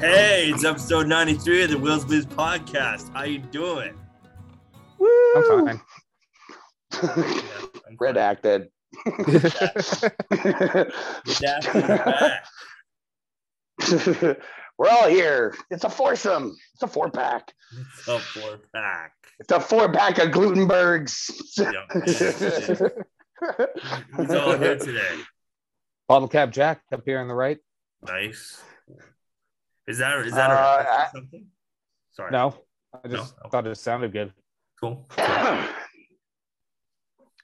Hey, it's episode 93 of the Will's Biz podcast. How you doing? I'm fine. Yeah, fine. I'm Red acted. fine. Dash is back. We're all here. It's a foursome. It's a four pack. It's a four pack. It's a four pack of Glutenbergs. Yep. Who's all here today? Bottle cap Jack up here on the right. Nice. Is that is that a Uh, reference I- or something? Sorry. No, I just No. thought it sounded good. Cool.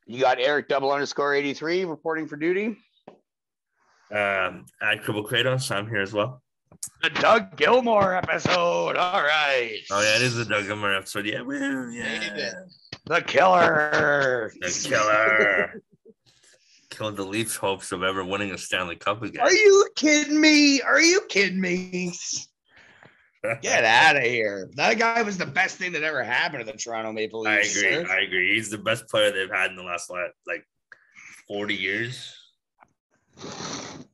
you got Eric double underscore 83 reporting for duty. Um, at Cribble Kratos, I'm here as well. The Doug Gilmore episode. All right. Oh yeah, it is the Doug Gilmore episode. Yeah, woo, yeah. The killer. The killer. Killed the Leafs' hopes of ever winning a Stanley Cup again. Are you kidding me? Are you kidding me? Get out of here. That guy was the best thing that ever happened to the Toronto Maple I Leafs. agree. sir. I agree. He's the best player they've had in the last like, like forty years.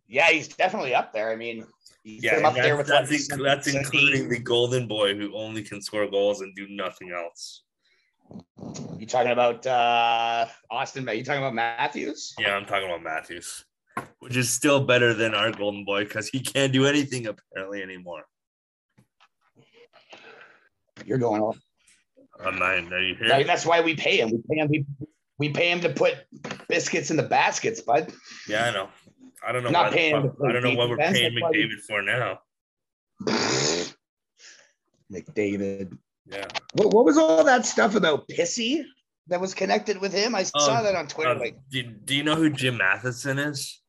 Yeah, he's definitely up there. I mean, he's Yeah, up and there with that's, like, that's, inc- that's including the golden boy who only can score goals and do nothing else. You talking about uh Austin? Ma- You talking about Matthews? Yeah, I'm talking about Matthews, which is still better than our golden boy because he can't do anything apparently anymore. You're going off. I'm not. Are you I mean, here? that's why we pay him. We pay him. We, we pay him to put biscuits in the baskets, bud. Yeah, I know. I don't know. Not why the paying fuck- him to play I don't know what we're defense, paying that's why we- McDavid for now. McDavid. Yeah. What, what was all that stuff about Pissy that was connected with him? I saw Oh, that on Twitter. Um, like do, do you know who Jim Matheson is?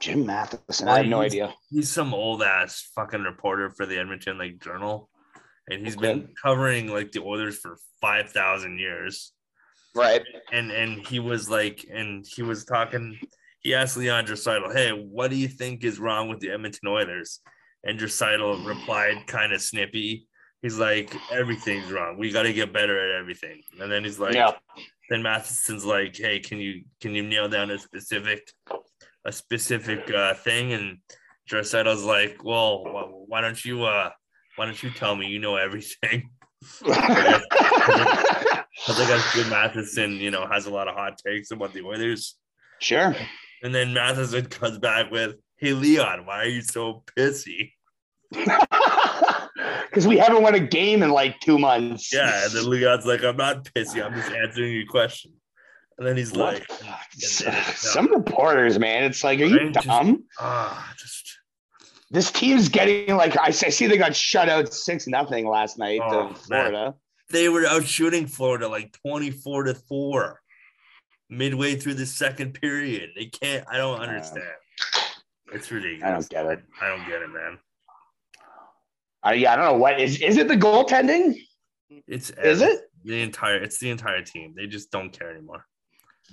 Jim Matheson. I have no he's- idea. he's some old ass fucking reporter for the Edmonton like Journal, and he's been Okay. covering like the Oilers for five thousand years. Right. And and he was like, and he was talking. He asked Leon Draisaitl, "Hey, what do you think is wrong with the Edmonton Oilers?" And Draisaitl replied, kind of snippy. He's like, "Everything's wrong. We got to get better at everything." And then he's like, yeah. then Matheson's like, "Hey, can you can you nail down a specific a specific uh, thing?" And Draisaitl's like, "Well, wh- why don't you uh why don't you tell me? You know everything." I think that's good. Matheson, you know, has a lot of hot takes about the Oilers, sure. and then Matheson comes back with, "Hey, Leon, why are you so pissy?" Because we haven't won a game in like two months. Yeah, and then Leon's like, "I'm not pissy. I'm just answering your question." And then he's What like, the fuck? Some reporters, man, it's like, are Right? you Just- dumb? "Ah, just." This team's getting like I s- I see they got shut out six nothing last night Oh, man. to Florida. they were out shooting Florida like 24 to 4 midway through the second period. They can't, I don't understand. It's I ridiculous. don't get it. I don't get it, man. I, yeah, I don't know what is. Is it the goaltending? It's Is it? the entire it's the entire team. They just don't care anymore.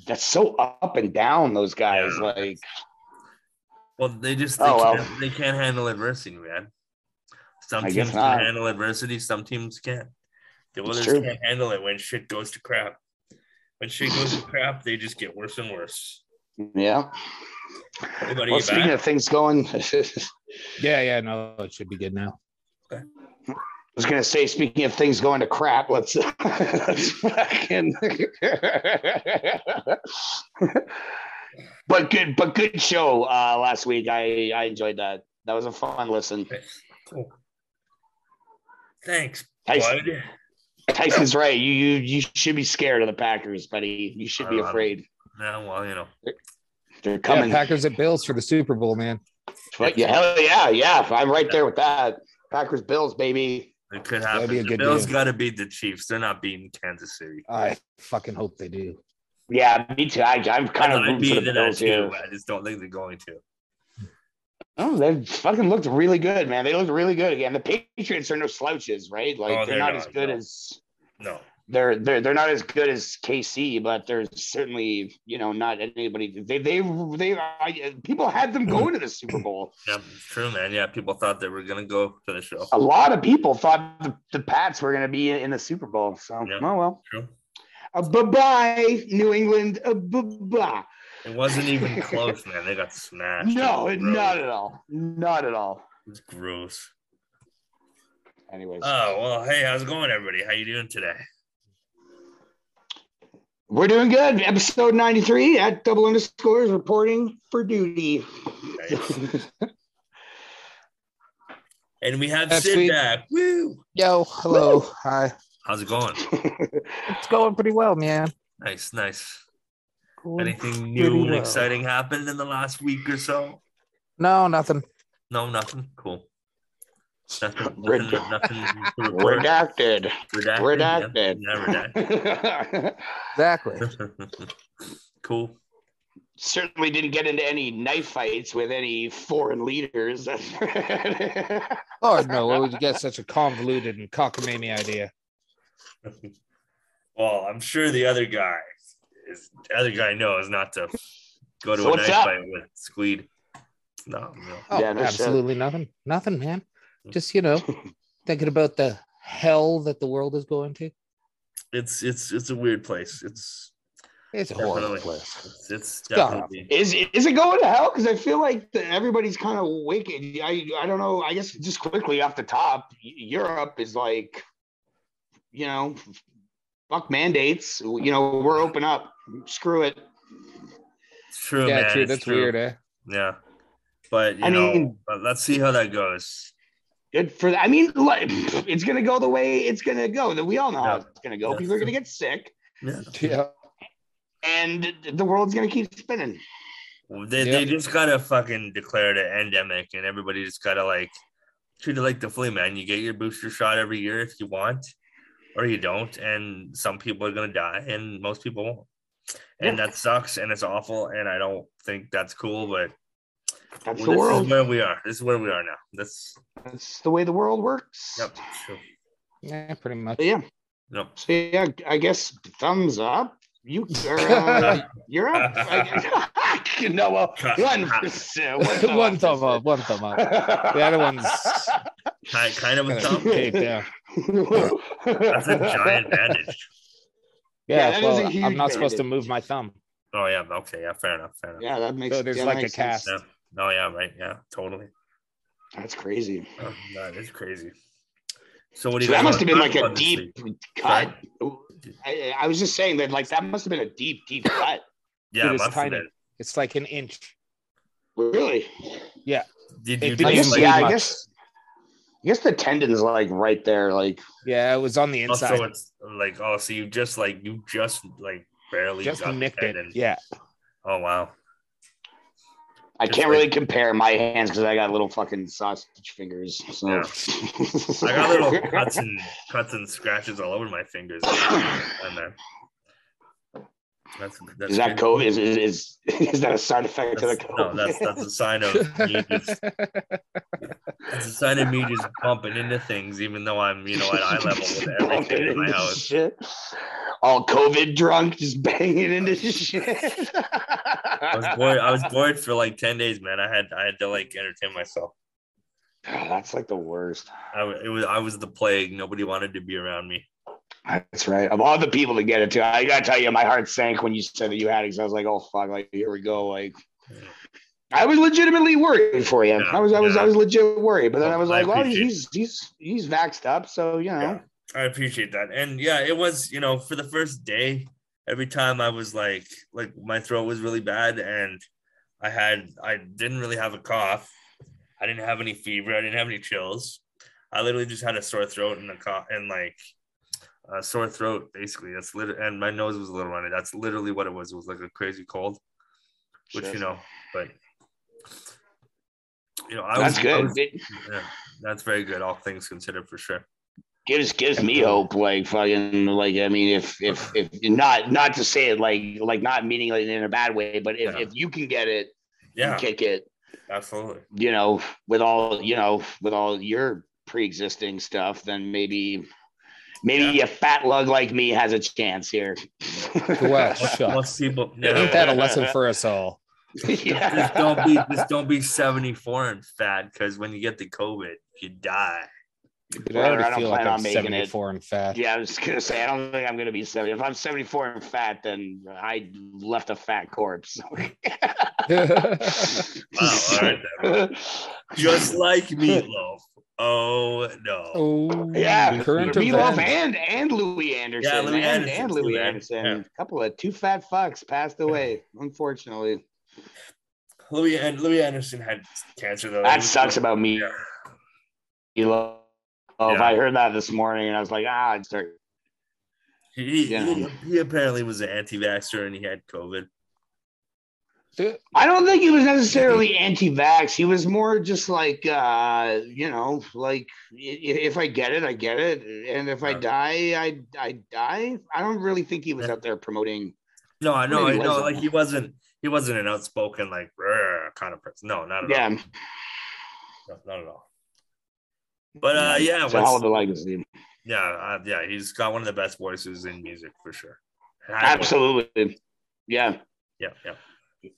That's so up and down. Those guys, Yeah. like Well, they just they, Oh, well. can't, they can't handle adversity, man. Some I guess teams can not. handle adversity, some teams can't. The It's others true. can't handle it when shit goes to crap. When shit goes to crap, they just get worse and worse. yeah. Everybody Well, get speaking back? of things going, I Yeah, yeah, no, it should be good now. was gonna say, speaking of things going to crap, let's, let's fucking. but good, but good show uh, last week. I I enjoyed that. That was a fun listen. Cool. Thanks, I- bud. Tyson's right. You you you should be scared of the Packers, buddy. You should be Um, afraid. No, well, you know, They're Yeah, coming. Packers at Bills for the Super Bowl, man. But yeah, hell yeah, yeah. I'm right there with that. Packers Bills, baby. it could That'd be a happen. The good Bills deal. Uh, got to beat the Chiefs. They're not beating Kansas City. I fucking hope they do. Yeah, me too. I, I'm kind of I'd rooting be for the into that Bills too. here. but I just don't think they're going to. Oh, they fucking looked really good, man. They looked really good again. The Patriots are no slouches, right? Like Oh, they're, they're not, not, as good no. as No, they're they're they're not as good as KC, but they're certainly you know not anybody. They they they I, people had them going to the Super Bowl. yeah, it's true, man. Yeah, people thought they were gonna go to the show. A lot of people thought the, the Pats were going to be in the Super Bowl. So Yeah. oh well. True. Uh, bye bye, New England. Uh, bye bye. It wasn't even close, man. They got smashed. No, It was not gross. at all. Not at all. It's gross. Anyways, Oh well, hey, how's it going, everybody? How you doing today? we're doing good. Episode 93 at double underscores reporting for duty. Nice. And we have That's Sid sweet. back. Woo! Yo, hello, hi. How's it going? It's going pretty well, man. Nice, nice. Going Anything pretty new and well. exciting happened in the last week or so? No, nothing. No, nothing. Cool. Nothing. Red- nothing, nothing to report. Redacted. Redacted. Yeah, Exactly. yeah, redacted. cool. Certainly didn't get into any knife fights with any foreign leaders. Lord, no, where would you get such a convoluted and cockamamie idea? Well, I'm sure the other guy, is, the other guy knows not to go to So a what's knife up? fight with Squeed. No, no. Oh, Yeah, that's, uh, absolutely nothing. Nothing, man. Just you know, thinking about the hell that the world is going to. It's it's it's a weird place. It's It's a horrible Definitely. place. it's, it's God. definitely Is is it going to hell? Because I feel like the, everybody's kind of wicked. I I don't know. I guess just quickly off the top, E- Europe is like, you know, fuck mandates. You know, we're open up. Screw it. it's true, yeah, man. true. it's That's weird, eh? Yeah, but you I know, mean- but let's see how that goes. Good for. I mean, like, it's gonna go the way it's gonna go. That we all know how Yeah. it's gonna go. Yeah. People are gonna get sick, Yeah. Yeah. and the world's gonna keep spinning. They, Yeah. they just gotta fucking declare it an endemic, and everybody just gotta like treat it like the flu, man. You get your booster shot every year if you want, or you don't, and some people are gonna die, and most people won't, and that sucks, and it's awful, and I don't think that's cool, but That's this the is world. where we are. This is where we are now. That's That's the way the world works. yep, sure. Yeah, pretty much. But yeah. Yep. So yeah, I guess thumbs up. You are uh, you're up. I guess. no, well, one, uh, one thumb up, one thumb up. The other one's Kind, kind of a kinda thumb. caved down. That's a giant bandage. Yeah, Yeah, that is well, a huge I'm not supposed to bandage. move my thumb. Oh yeah. Okay. Yeah. Fair enough. Fair enough. Yeah, that makes So there's yeah, that like a makes cast. Yeah. Oh yeah. Right. Yeah. Totally. That's crazy. Oh, God, it's crazy. So what do So you? guys that must have wanna been talk like a about this deep week? cut. I, I was just saying that like that must have been a deep, deep cut. Yeah, It is must have tiny. been. It's like an inch. Really? Did It you didn't I think, guess, even like, yeah, leave I much. guess. I guess the tendon's like right there, like Yeah, it was on the inside. also it's like oh, so you just like you just like barely just got nicked that it. in. Yeah. Oh wow. I It's can't like- really compare my hands because I got little fucking sausage fingers. So Yeah. I got little cuts and cuts and scratches all over my fingers. And then that's, that's Is that crazy. COVID? Is, is, is, is that a side effect of the That's, no, COVID? that's that's a sign of me just It's a sign of me just bumping into things, even though I'm, you know, at eye level with everything in my house. Shit. All COVID drunk, just banging into shit. I was bored. I was bored for like ten days, man. I had I had to like entertain myself. God, that's like the worst. I w- it was I was the plague. Nobody wanted to be around me. That's right. Of all the people to get it to, I gotta tell you, my heart sank when you said that you had it. 'cause I was like, oh fuck, like here we go. Like I was legitimately worried for you. I was, I was, I was legit worried. But then I was I like, well, appreciate he's he's he's vaxxed up, so you know. Yeah. I appreciate that. And yeah, it was, you know, for the first day, every time I was like, like my throat was really bad and I had, I didn't really have a cough. I didn't have any fever. I didn't have any chills. I literally just had a sore throat and a cough and like a sore throat, basically. That's lit, and my nose was a little runny. That's literally what it was. It was like a crazy cold, which, Shit. you know, but, you know, I that's was, I good. was- it yeah, that's very good, all things considered, for sure. gives gives me hope. Like fucking like I mean, if if if not not to say it like like not meaning like in a bad way, but if, Yeah. if you can get it, Yeah, you kick it. absolutely. You know, with all you know, with all your pre-existing stuff, then maybe. Maybe a fat lug like me has a chance here. Well, shucks. Most people, Ain't yeah. that a lesson for us all? just don't be, just don't be seventy four and fat, because when you get the COVID, you die. Dude, Brother, I I don't already feel like plan on I'm making it. 74 and fat. Yeah, I was gonna say I don't think I'm gonna be 70. If I'm 74 and fat, then I left a fat corpse. Wow, all right, then. Just like meatloaf, Oh no. Oh, Yeah, current Meatloaf events. and and Louis Anderson. Yeah, Louis and, Anderson's and too Louis bad. Anderson. Yeah. A couple of two fat fucks passed away, unfortunately. Louis and Louis Anderson had cancer though. He That was- sucks about me. Yeah. Meatloaf. Yeah. oh, I heard that this morning, and I was like, ah, I'd start. He, Yeah. he, he apparently was an anti-vaxxer and he had COVID. Dude, I don't think he was necessarily anti-vax. He was more just like, uh, you know, like i- i- if I get it, I get it, and if I Yeah. die, I I die. I don't really think he was Yeah. out there promoting. No, I know, I Maybe know. wasn't. Like he wasn't he wasn't an outspoken like "Rrr," kind of person. No, not at all. Yeah, No, not at all. But uh, yeah, it's a hell what's, of a legacy. yeah, uh, yeah. He's got one of the best voices in music for sure. Absolutely, yeah. Yeah, yeah.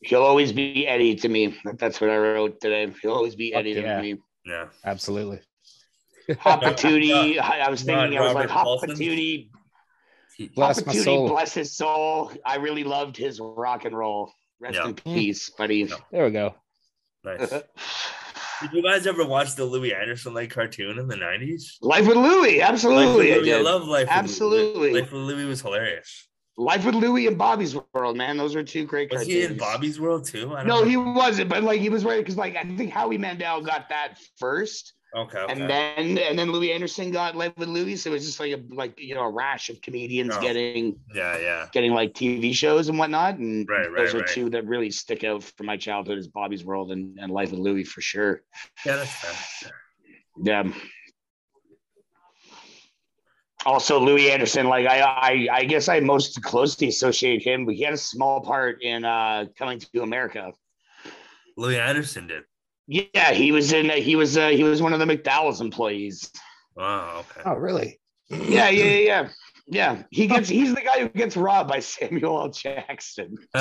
He'll always be Eddie to me. That's what I wrote today. He'll always be Fuck Eddie yeah. to me. Yeah. absolutely. Hopatootie. I I was Not thinking, I was Robert like, Paulson? Hopatootie. He- Bless my Hopatootie, soul. bless his soul. I really loved his rock and roll. Rest Yeah. in peace, buddy. Yeah. There we go. nice. Did you guys ever watch the Louis Anderson like cartoon in the nineties? Life with Louie, Life with absolutely. I Louis, I did. love Life. with Louis. Absolutely. Life with Louis was hilarious. Life with Louie and Bobby's World, man. Those are two great Was cartoons. he in Bobby's World too? I don't No, know. he wasn't, but like he was right because like I think Howie Mandel got that first, Okay. okay. and then and then Louis Anderson got Life with Louie. So it was just like a like you know a rash of comedians Oh. getting yeah, yeah. getting like TV shows and whatnot. And Right, right, those are right. two that really stick out from my childhood is Bobby's World and, and Life with Louie for sure. Yeah, that's fair. Yeah. Also, Louis Anderson, like I, I, I guess I most closely associate him, but he had a small part in uh, Coming to America. Louis Anderson did. Yeah, he was in. He was. Uh, he was one of the McDowell's employees. Wow. Okay. Oh, really? Yeah, yeah, yeah, yeah. Yeah, he gets. He's the guy who gets robbed by Samuel L. Jackson.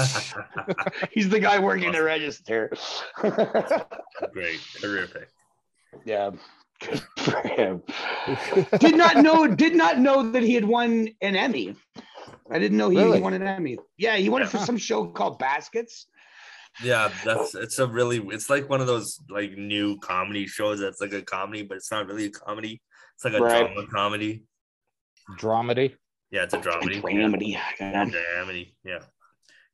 He's the guy working the register. Great. Terrific. yeah, good for him. did not know did not know that he had won an Emmy. I didn't know he, he Really? won an Emmy. Yeah, he won it for Yeah. some show called Baskets. Yeah, that's it's a really it's like one of those like new comedy shows that's like a comedy, but it's not really a comedy. It's like a Right. drama comedy. Dramedy. Yeah, it's a dramedy. Yeah. Dramedy. Yeah. Dramedy. Yeah.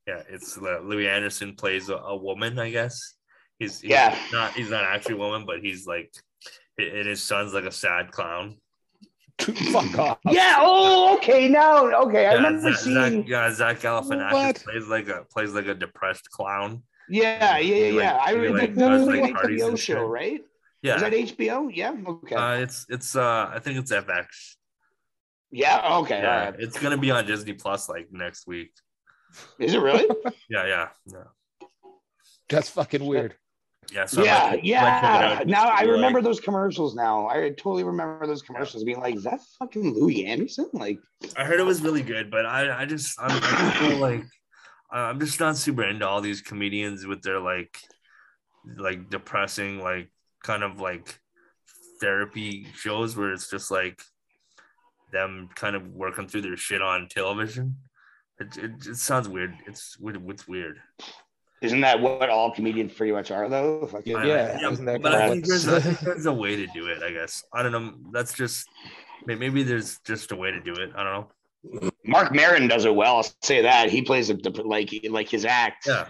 Yeah. It's uh, Louis Anderson plays a, a woman, I guess. He's, he's Yeah. not he's not actually a woman, but he's like a- and his son's like a sad clown. Fuck off. Yeah, Oh, okay. Now, okay. I yeah, remember Zach, Zach, seeing. yeah, Zach Galifianakis What? plays like a plays like a depressed clown. Yeah, yeah, yeah, He, like, yeah. I he, remember like, that does, was like like, an parties HBO and shit. show, right? Yeah, Is that HBO? Yeah. Okay. uh, it's it's uh I think it's FX. yeah. Okay. Yeah, All right. it's gonna be on Disney Plus like next week. Is it really? Yeah, yeah, yeah. That's fucking weird. yeah so I yeah. might- might check yeah. it out. Now I Like, remember those commercials. Now I totally remember those commercials. Being like, is that fucking Louis Anderson? Like, I heard it was really good, but I I just I'm, I just feel like uh, I'm just not super into all these comedians with their like like depressing like kind of like therapy shows where it's just like them kind of working through their shit on television. It, it, it sounds weird. It's weird. It's weird. Isn't that what all comedians pretty much are, though? Fucking- I- Yeah, yeah, isn't that but I correct? think, there's, I think there's a way to do it. I guess I don't know. That's just may- maybe there's just a way to do it. I don't know. Mark Maron does it well. I'll say that he plays a, like like his act. Yeah,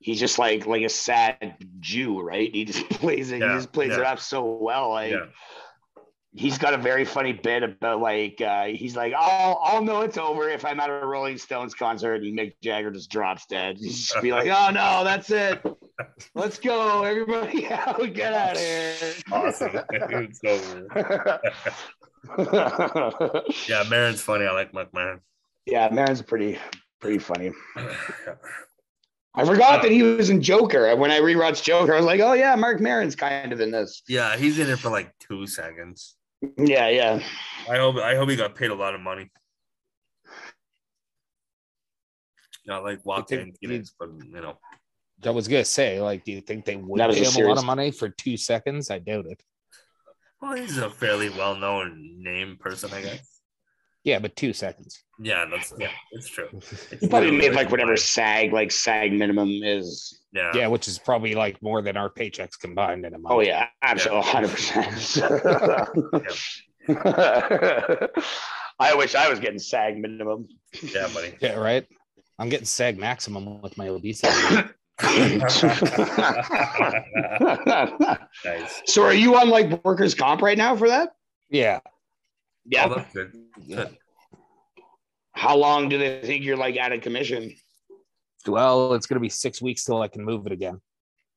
He's just like like a sad Jew, right? He just plays it. Yeah, He just plays yeah. it up so well. Like yeah, he's got a very funny bit about like uh, he's like I'll I'll know it's over if I'm at a Rolling Stones concert and Mick Jagger just drops dead. He's just be like, oh no, that's it. Let's go, everybody out, get out of here. awesome. It's so weird. Yeah, Maron's funny. I like McMahon. yeah, Maron's pretty pretty funny. Yeah. I forgot that he was in Joker. And When I rewatched Joker, I was like, oh yeah, Mark Maron's kind of in this. yeah, he's in it for like two seconds. Yeah, yeah. I hope I hope he got paid a lot of money. Not like walking think he- Phoenix, but you know. I was gonna say, like, do you think they would That was a pay him a lot serious- of money for two seconds? I doubt it. Well, he's a fairly well known name person, I guess. Yeah, but two seconds. Yeah, that's yeah, it's true. He probably made like whatever SAG, like SAG minimum is. Yeah. Yeah, which is probably like more than our paychecks combined in a month. Oh yeah, absolutely, hundred percent. I wish I was getting SAG minimum. yeah, buddy. Yeah, right. I'm getting SAG maximum with my obesity. nice. so, are you on like workers' comp right now for that? yeah. Oh, Yeah. that's good. How long do they think you're like out of commission? Well, it's gonna be six weeks till I can move it again.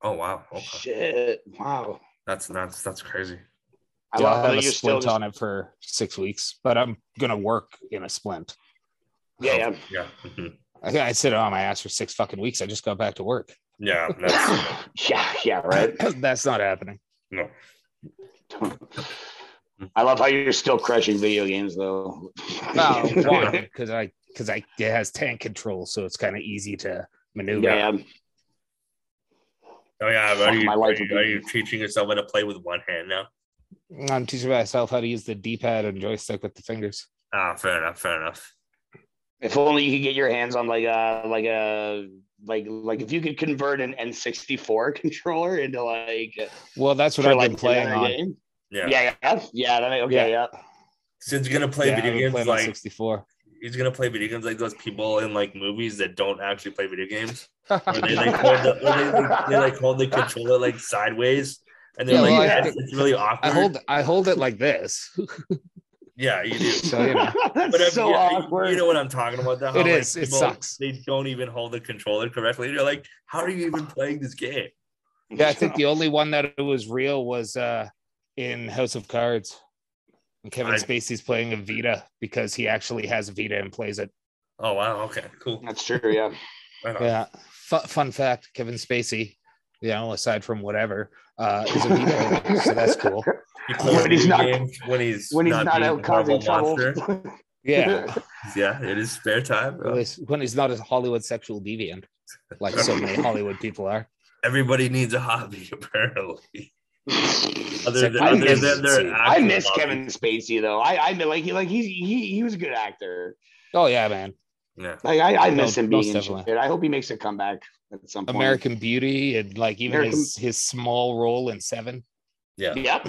Oh wow. Okay. Shit! Wow. That's nuts. That's crazy. I Yeah, I'll love have that a you're still. splint Just, on it for six weeks, but I'm gonna work in a splint. yeah, Yeah. Mhm. I, I sit on my ass for six fucking weeks. I just got back to work. Yeah. That's, yeah, yeah, yeah. Right. That's not happening. no. I love how you're still crushing video games though. Oh, why? because I because I it has tank control, so it's kind of easy to maneuver. yeah. Oh yeah. Are Fuck, you, my are, life would you, be- are you teaching yourself how to play with one hand now? I'm teaching myself how to use the D-pad and joystick with the fingers. Ah, fair enough. Fair enough. If only you could get your hands on like a like a like like if you could convert an N64 controller into like Well, that's what for, I've like been playing another on. game. Yeah. Yeah, yeah, yeah. that may, okay, yeah. Since you're gonna play Yeah, I've been video games playing on like 64. he's gonna play video games like those people in like movies that don't actually play video games. Where they like hold the, where they, they like hold the controller like sideways and they're Yeah, like well, I- yes, it's really I awkward. hold I hold it like this. yeah, you do. So you know. That's But uh, so yeah, you- awkward. You know what I'm talking about? Though, how, It like, is. It sucks. They don't even hold the controller correctly. You're like, how are you even playing this game? Yeah, I think the only one that was real was uh in House of Cards. And Kevin I- Spacey's playing a Vita because he actually has a Vita and plays it. Oh wow. Okay. Cool. That's true, yeah. Right on. Yeah. Fun, fun fact: Kevin Spacey, you know, aside from whatever, uh, is a Vita, owner, so that's cool. He plays When he's video not- games when he's When he's not, being a out causing horrible trouble. monster. Yeah, Yeah, it is spare time. bro. At least when he's not a Hollywood sexual deviant, like so many Hollywood people are. Everybody needs a hobby, apparently. Other like, than, I other miss- than their I actual miss hobby. Kevin Spacey though. I I like he like he's he he was a good actor. Oh yeah, man! Yeah. Like I, I miss No, him being most in definitely. shit. I hope he makes a comeback at some point. American Beauty and like even American- his his small role in Seven. Yeah. Yep.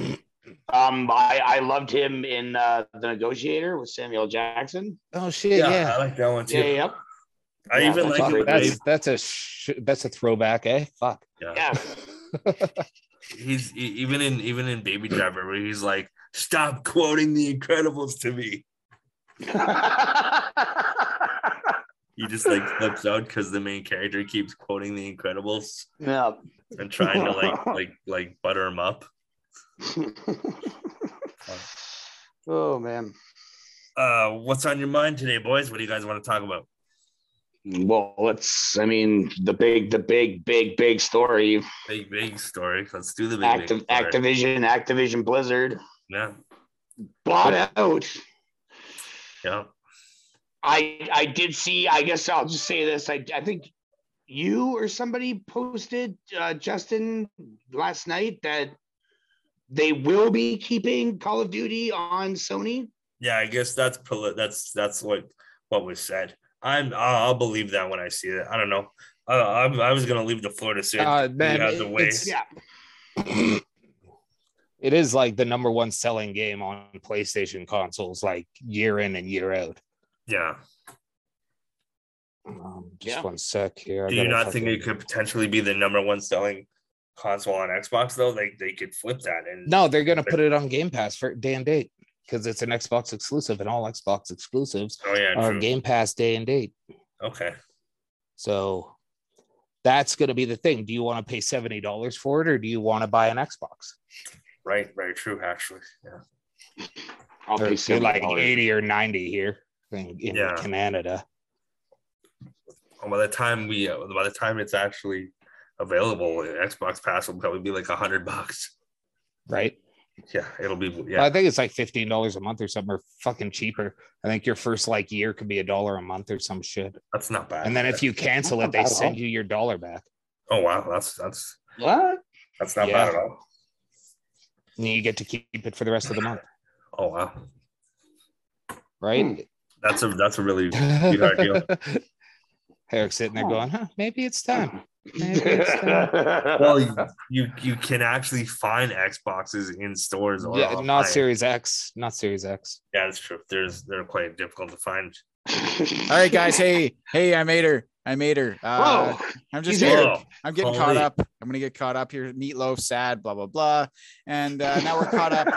Um, I, I loved him in uh, The Negotiator with Samuel Jackson. Oh shit! yeah. Yeah, I like that one too. Yeah, yep. I Yeah, even that's like Fuck, it when that's they- that's a sh- that's a throwback, eh? Fuck. yeah. Yeah. He's e- even in even in Baby Driver where he's like, "Stop quoting The Incredibles to me." He just like flips out because the main character keeps quoting The Incredibles yeah. and trying to like like like butter him up. oh man. Uh, what's on your mind today, boys? What do you guys want to talk about? Well, let's. I mean, the big, the big, big, big story. Big big story. Let's do the big, big Active, story. Activision, Activision Blizzard Yeah, bought out. yeah. I I did see. I guess I'll just say this. I I think you or somebody posted uh, Justin last night that they will be keeping Call of Duty on Sony. Yeah, I guess that's poli- that's that's what what was said. I'm I'll I'll believe that when I see it. I don't know. I I, I was gonna leave the floor to Sid. Uh, He man, has the it- way. it's- Yeah, it is like the number one selling game on PlayStation consoles, like year in and year out. Yeah. Um, just Yeah. one sec here. I Do you gotta not think fucking- it could potentially be the number one selling console on Xbox though? Like they could flip that and No, they're gonna put it on Game Pass for day and date because it's an Xbox exclusive, and all Xbox exclusives oh yeah, are true. Game Pass day and date. Okay. So that's gonna be the thing. Do you want to pay seventy dollars for it, or do you want to buy an Xbox? Right, very true, actually. Yeah. I'll They're, pay they're like $70. eighty or ninety here in, in Yeah. Canada. And by the time we uh, by the time it's actually available, Xbox Pass will probably be like a hundred bucks. right? Yeah, it'll be I yeah. think it's like fifteen dollars a month or something, or fucking cheaper. I think your first like year could be a dollar a month or some shit. That's not bad. And then if you cancel it, Not they bad at send all. you your dollar back. oh wow, that's that's What? that's not Yeah. bad at all. And you get to keep it for the rest of the month. Oh wow. right? Oh, That's a that's a really sweetheart deal. Eric's sitting there Hmm. Huh. going, huh, maybe it's time. Maybe it's time. Well, you, well, you you can actually find Xboxes in stores. Or Yeah, online. not Series X, not Series X. Yeah, that's true. There's they're quite difficult to find. All right, guys. Hey, hey, I made her. I made her. Uh, Whoa, I'm he's just here. getting- I'm getting caught Holy. up. I'm gonna get caught up here. Meatloaf, sad, blah blah blah, and uh, now we're caught up.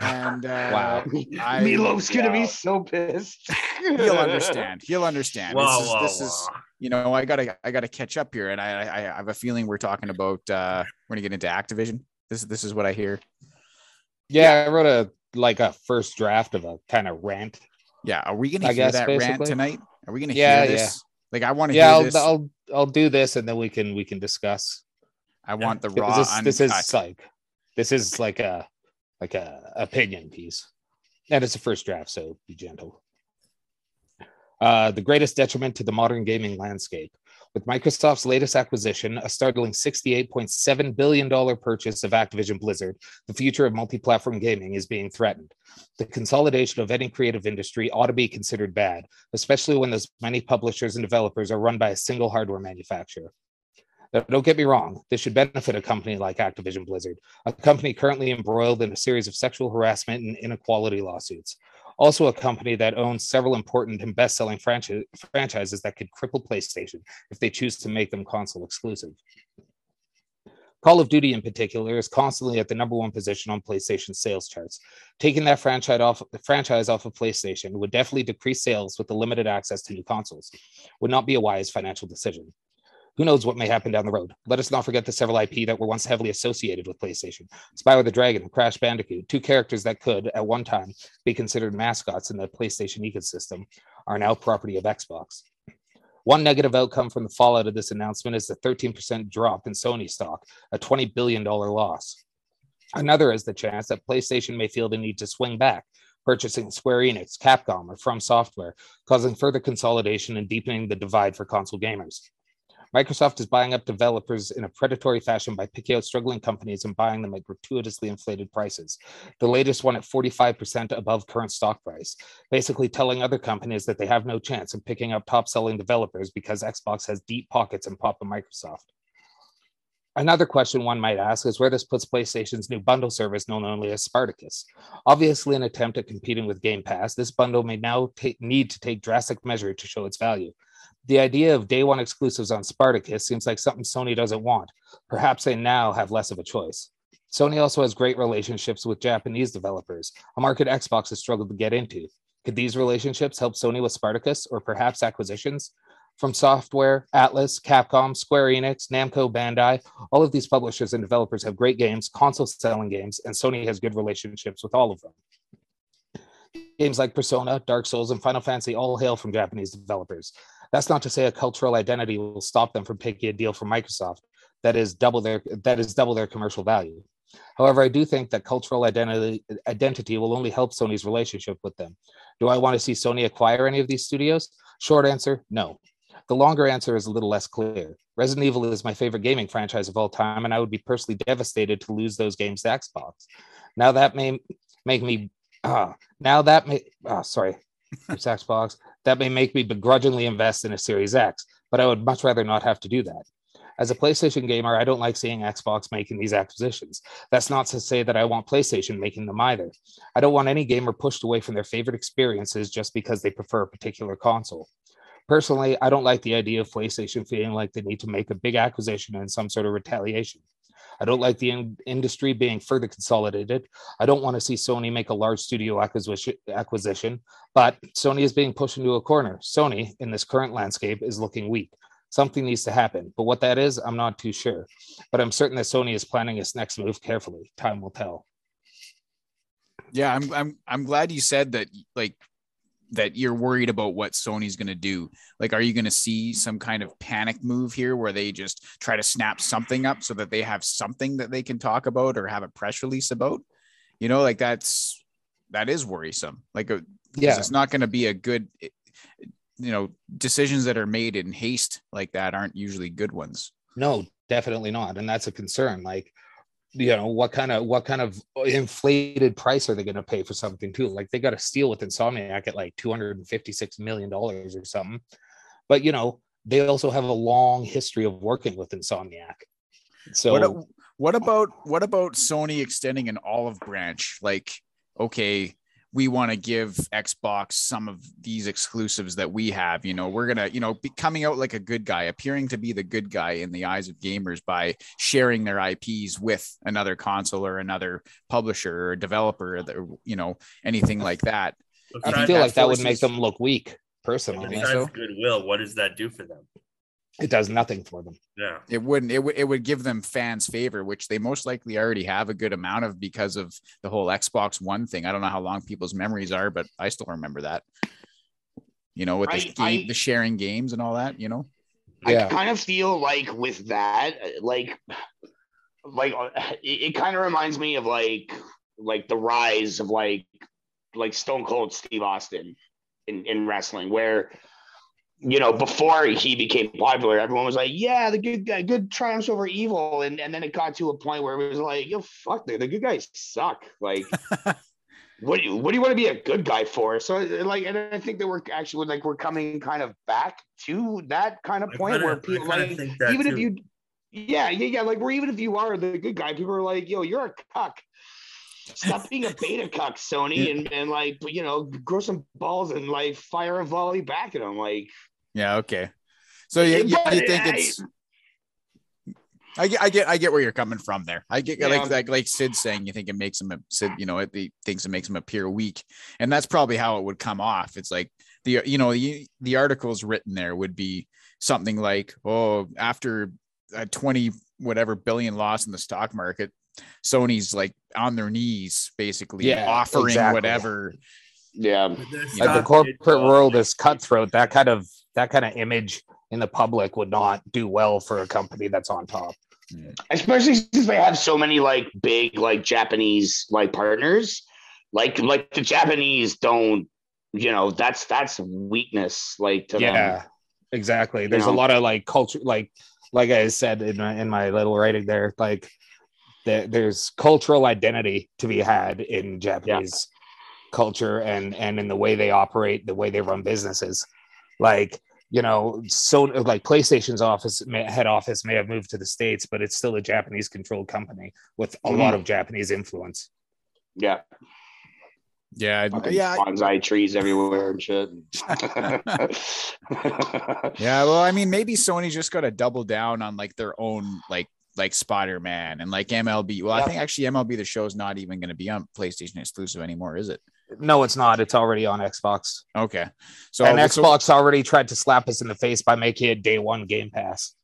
And uh, Wow. I- Meatloaf's gonna wow. be so pissed. he'll understand. He'll understand. Whoa, this is, whoa, this whoa. is you know, I gotta I gotta catch up here, and I I, I have a feeling we're talking about uh, we're gonna get into Activision. This this is what I hear. Yeah, I wrote a like a first draft of a kind of rant. Yeah, are we gonna I hear guess, that rant basically. tonight? Are we gonna Yeah, hear this? Like I want to Yeah, hear I'll, this. I'll I'll do this and then we can we can discuss. I want the 'Cause raw. This, this is uncut. like this is like a like a opinion piece, and it's a first draft, so be gentle. Uh, the greatest detriment to the modern gaming landscape. With Microsoft's latest acquisition, a startling $68.7 billion purchase of Activision Blizzard, the future of multi platform gaming is being threatened. The consolidation of any creative industry ought to be considered bad, especially when those many publishers and developers are run by a single hardware manufacturer. Now, don't get me wrong, this should benefit a company like Activision Blizzard, a company currently embroiled in a series of sexual harassment and inequality lawsuits. Also, a company that owns several important and best selling franchi- franchises that could cripple PlayStation if they choose to make them console exclusive. Call of Duty, in particular, is constantly at the number one position on PlayStation sales charts. Taking that franchise off, franchise off of PlayStation would definitely decrease sales with the limited access to new consoles, would not be a wise financial decision who knows what may happen down the road. Let us not forget the several IP that were once heavily associated with PlayStation. Spyro the Dragon, Crash Bandicoot, two characters that could, at one time, be considered mascots in the PlayStation ecosystem, are now property of Xbox. One negative outcome from the fallout of this announcement is the 13% drop in Sony stock, a $20 billion loss. Another is the chance that PlayStation may feel the need to swing back, purchasing Square Enix, Capcom, or From Software, causing further consolidation and deepening the divide for console gamers. Microsoft is buying up developers in a predatory fashion by picking out struggling companies and buying them at gratuitously inflated prices. The latest one at 45% above current stock price, basically telling other companies that they have no chance of picking up top selling developers because Xbox has deep pockets and Papa Microsoft. Another question one might ask is where this puts PlayStation's new bundle service known only as Spartacus. Obviously, an attempt at competing with Game Pass, this bundle may now ta- need to take drastic measure to show its value. The idea of day one exclusives on Spartacus seems like something Sony doesn't want. Perhaps they now have less of a choice. Sony also has great relationships with Japanese developers, a market Xbox has struggled to get into. Could these relationships help Sony with Spartacus or perhaps acquisitions? From Software, Atlas, Capcom, Square Enix, Namco, Bandai, all of these publishers and developers have great games, console selling games, and Sony has good relationships with all of them. Games like Persona, Dark Souls, and Final Fantasy all hail from Japanese developers. That's not to say a cultural identity will stop them from taking a deal from Microsoft that is double their that is double their commercial value. However, I do think that cultural identity identity will only help Sony's relationship with them. Do I want to see Sony acquire any of these studios? Short answer, no. The longer answer is a little less clear. Resident Evil is my favorite gaming franchise of all time, and I would be personally devastated to lose those games to Xbox. Now that may make me ah, now that may ah, sorry, it's Xbox that may make me begrudgingly invest in a Series X, but I would much rather not have to do that. As a PlayStation gamer, I don't like seeing Xbox making these acquisitions. That's not to say that I want PlayStation making them either. I don't want any gamer pushed away from their favorite experiences just because they prefer a particular console. Personally, I don't like the idea of PlayStation feeling like they need to make a big acquisition and some sort of retaliation. I don't like the in- industry being further consolidated. I don't want to see Sony make a large studio acquisition, acquisition but Sony is being pushed into a corner. Sony, in this current landscape, is looking weak. Something needs to happen, but what that is, I'm not too sure. But I'm certain that Sony is planning its next move carefully. Time will tell. Yeah, I'm I'm I'm glad you said that like that you're worried about what Sony's going to do. Like are you going to see some kind of panic move here where they just try to snap something up so that they have something that they can talk about or have a press release about? You know, like that's that is worrisome. Like uh, 'cause Yeah. it's not going to be a good eh, you know, decisions that are made in haste like that aren't usually good ones. No, definitely not. And that's a concern. Like you know what kind of what kind of inflated price are they going to pay for something too like they got a steal with insomniac at like 256 million dollars or something but you know they also have a long history of working with insomniac so what, a- what about what about Sony extending an olive branch? Like, okay, we want to give Xbox some of these exclusives that we have. You know, we're gonna, you know, be coming out like a good guy, appearing to be the good guy in the eyes of gamers by sharing their IPs with another console or another publisher or developer, that, you know, anything like that. i Besides, feel like that would forces- make them look weak personally think so. besides goodwill, what does that do for them? it does nothing for them Yeah. It wouldn't. It would. It would give them fans favor, which they most likely already have a good amount of because of the whole Xbox One thing. I don't know how long people's memories are, but I still remember that. You know, with the, I- game, I- the sharing games and all that. You know, yeah I kind of feel like with that, like, like uh, it, it kind of reminds me of like, like the rise of like, like Stone Cold Steve Austin in, in wrestling, where, you know, before he became popular, everyone was like, yeah, the good guy, good triumphs over evil. And, and then it got to a point where it was like, yo, fuck, the, the good guys suck. Like, what do you what do you want to be a good guy for? So like, and I think that we're actually like we're coming kind of back to that kind of I point kinda- where I people kinda like think that even if too. you, yeah, yeah, yeah, like where even if you are the good guy, people are like, yo, you're a cuck. Stop being a beta cuck, Sony, Yeah. and and like you know, grow some balls and like fire a volley back at them. Like, yeah, okay. So you, you, But you think I- it's? I get, I get, I get where you're coming from there. I get Yeah. like, like, like Sid saying, you think it makes him, a- Sid, you know, it, he thinks it makes him appear weak, and that's probably how it would come off. It's like the, you know, the, the articles written there would be something like, oh, after a twenty whatever billion loss in the stock market, Sony's like on their knees, basically Yeah, offering exactly. whatever. yeah, But their like the stock corporate did well. world is cutthroat that kind of that kind of image in the public would not do well for a company that's on top especially since they have so many like big like Japanese like partners. Like like the Japanese don't, you know, that's that's weakness. Like to them. yeah exactly there's know? a lot of like culture like like i said in my, in my little writing there like there, there's cultural identity to be had in japanese culture and and in the way they operate the way they run businesses like you know so like playstation's office may, head office may have moved to the states but it's still a japanese controlled company with a lot of japanese influence yeah, Yeah, I- fucking yeah, bonsai trees everywhere and shit. Yeah, well, I mean, maybe Sony's just got to double down on like their own like like Spider Man and like MLB. Well, I Yeah. think actually MLB the show is not even going to be on PlayStation exclusive anymore, is it? no it's not it's already on xbox Okay, so and so- Xbox already tried to slap us in the face by making it day one Game Pass.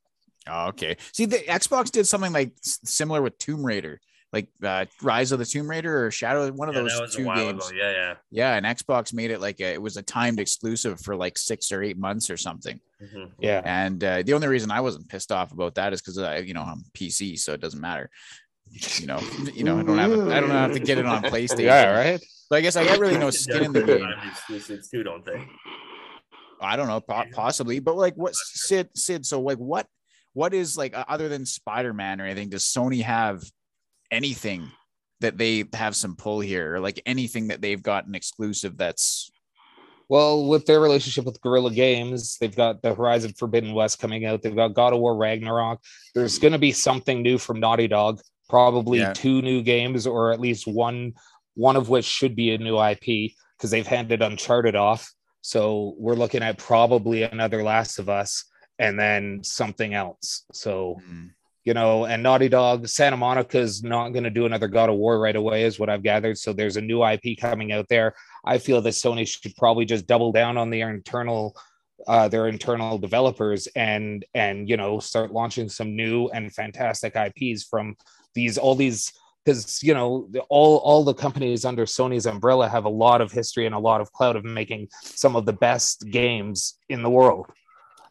Oh, okay, see, the Xbox did something like s- similar with Tomb Raider, like uh, Rise of the Tomb Raider or Shadow, one of Yeah, that those was two a while games. ago. Yeah, yeah. Yeah, and Xbox made it like a, it was a timed exclusive for like six or eight months or something. Mhm. Yeah. And uh, the only reason I wasn't pissed off about that is because I, you know, I'm PC, so it doesn't matter. You know, you know, I don't have, I don't have to get it on PlayStation. right. So I guess I got really no They're skin in the pretty game. time exclusives too, don't they? I don't know, po- possibly, but like, what Sid, Sid? So like, what, what is like o- other than Spider Man or anything? Does Sony have anything that they have some pull here, or like anything that they've gotten exclusive that's Well, with their relationship with Guerrilla Games, they've got the Horizon Forbidden West coming out. They've got God of War Ragnarok. There's going to be something new from Naughty Dog. Probably Yeah. two new games, or at least one, one of which should be a new IP because they've handed Uncharted off. So we're looking at probably another Last of Us, and then something else. So hmm. you know, and Naughty Dog, Santa Monica's not going to do another God of War right away, is what I've gathered. So there's a new IP coming out there. I feel that Sony should probably just double down on their internal, uh, their internal developers and and you know start launching some new and fantastic IPs from these all these because you know the- all all the companies under Sony's umbrella have a lot of history and a lot of clout of making some of the best games in the world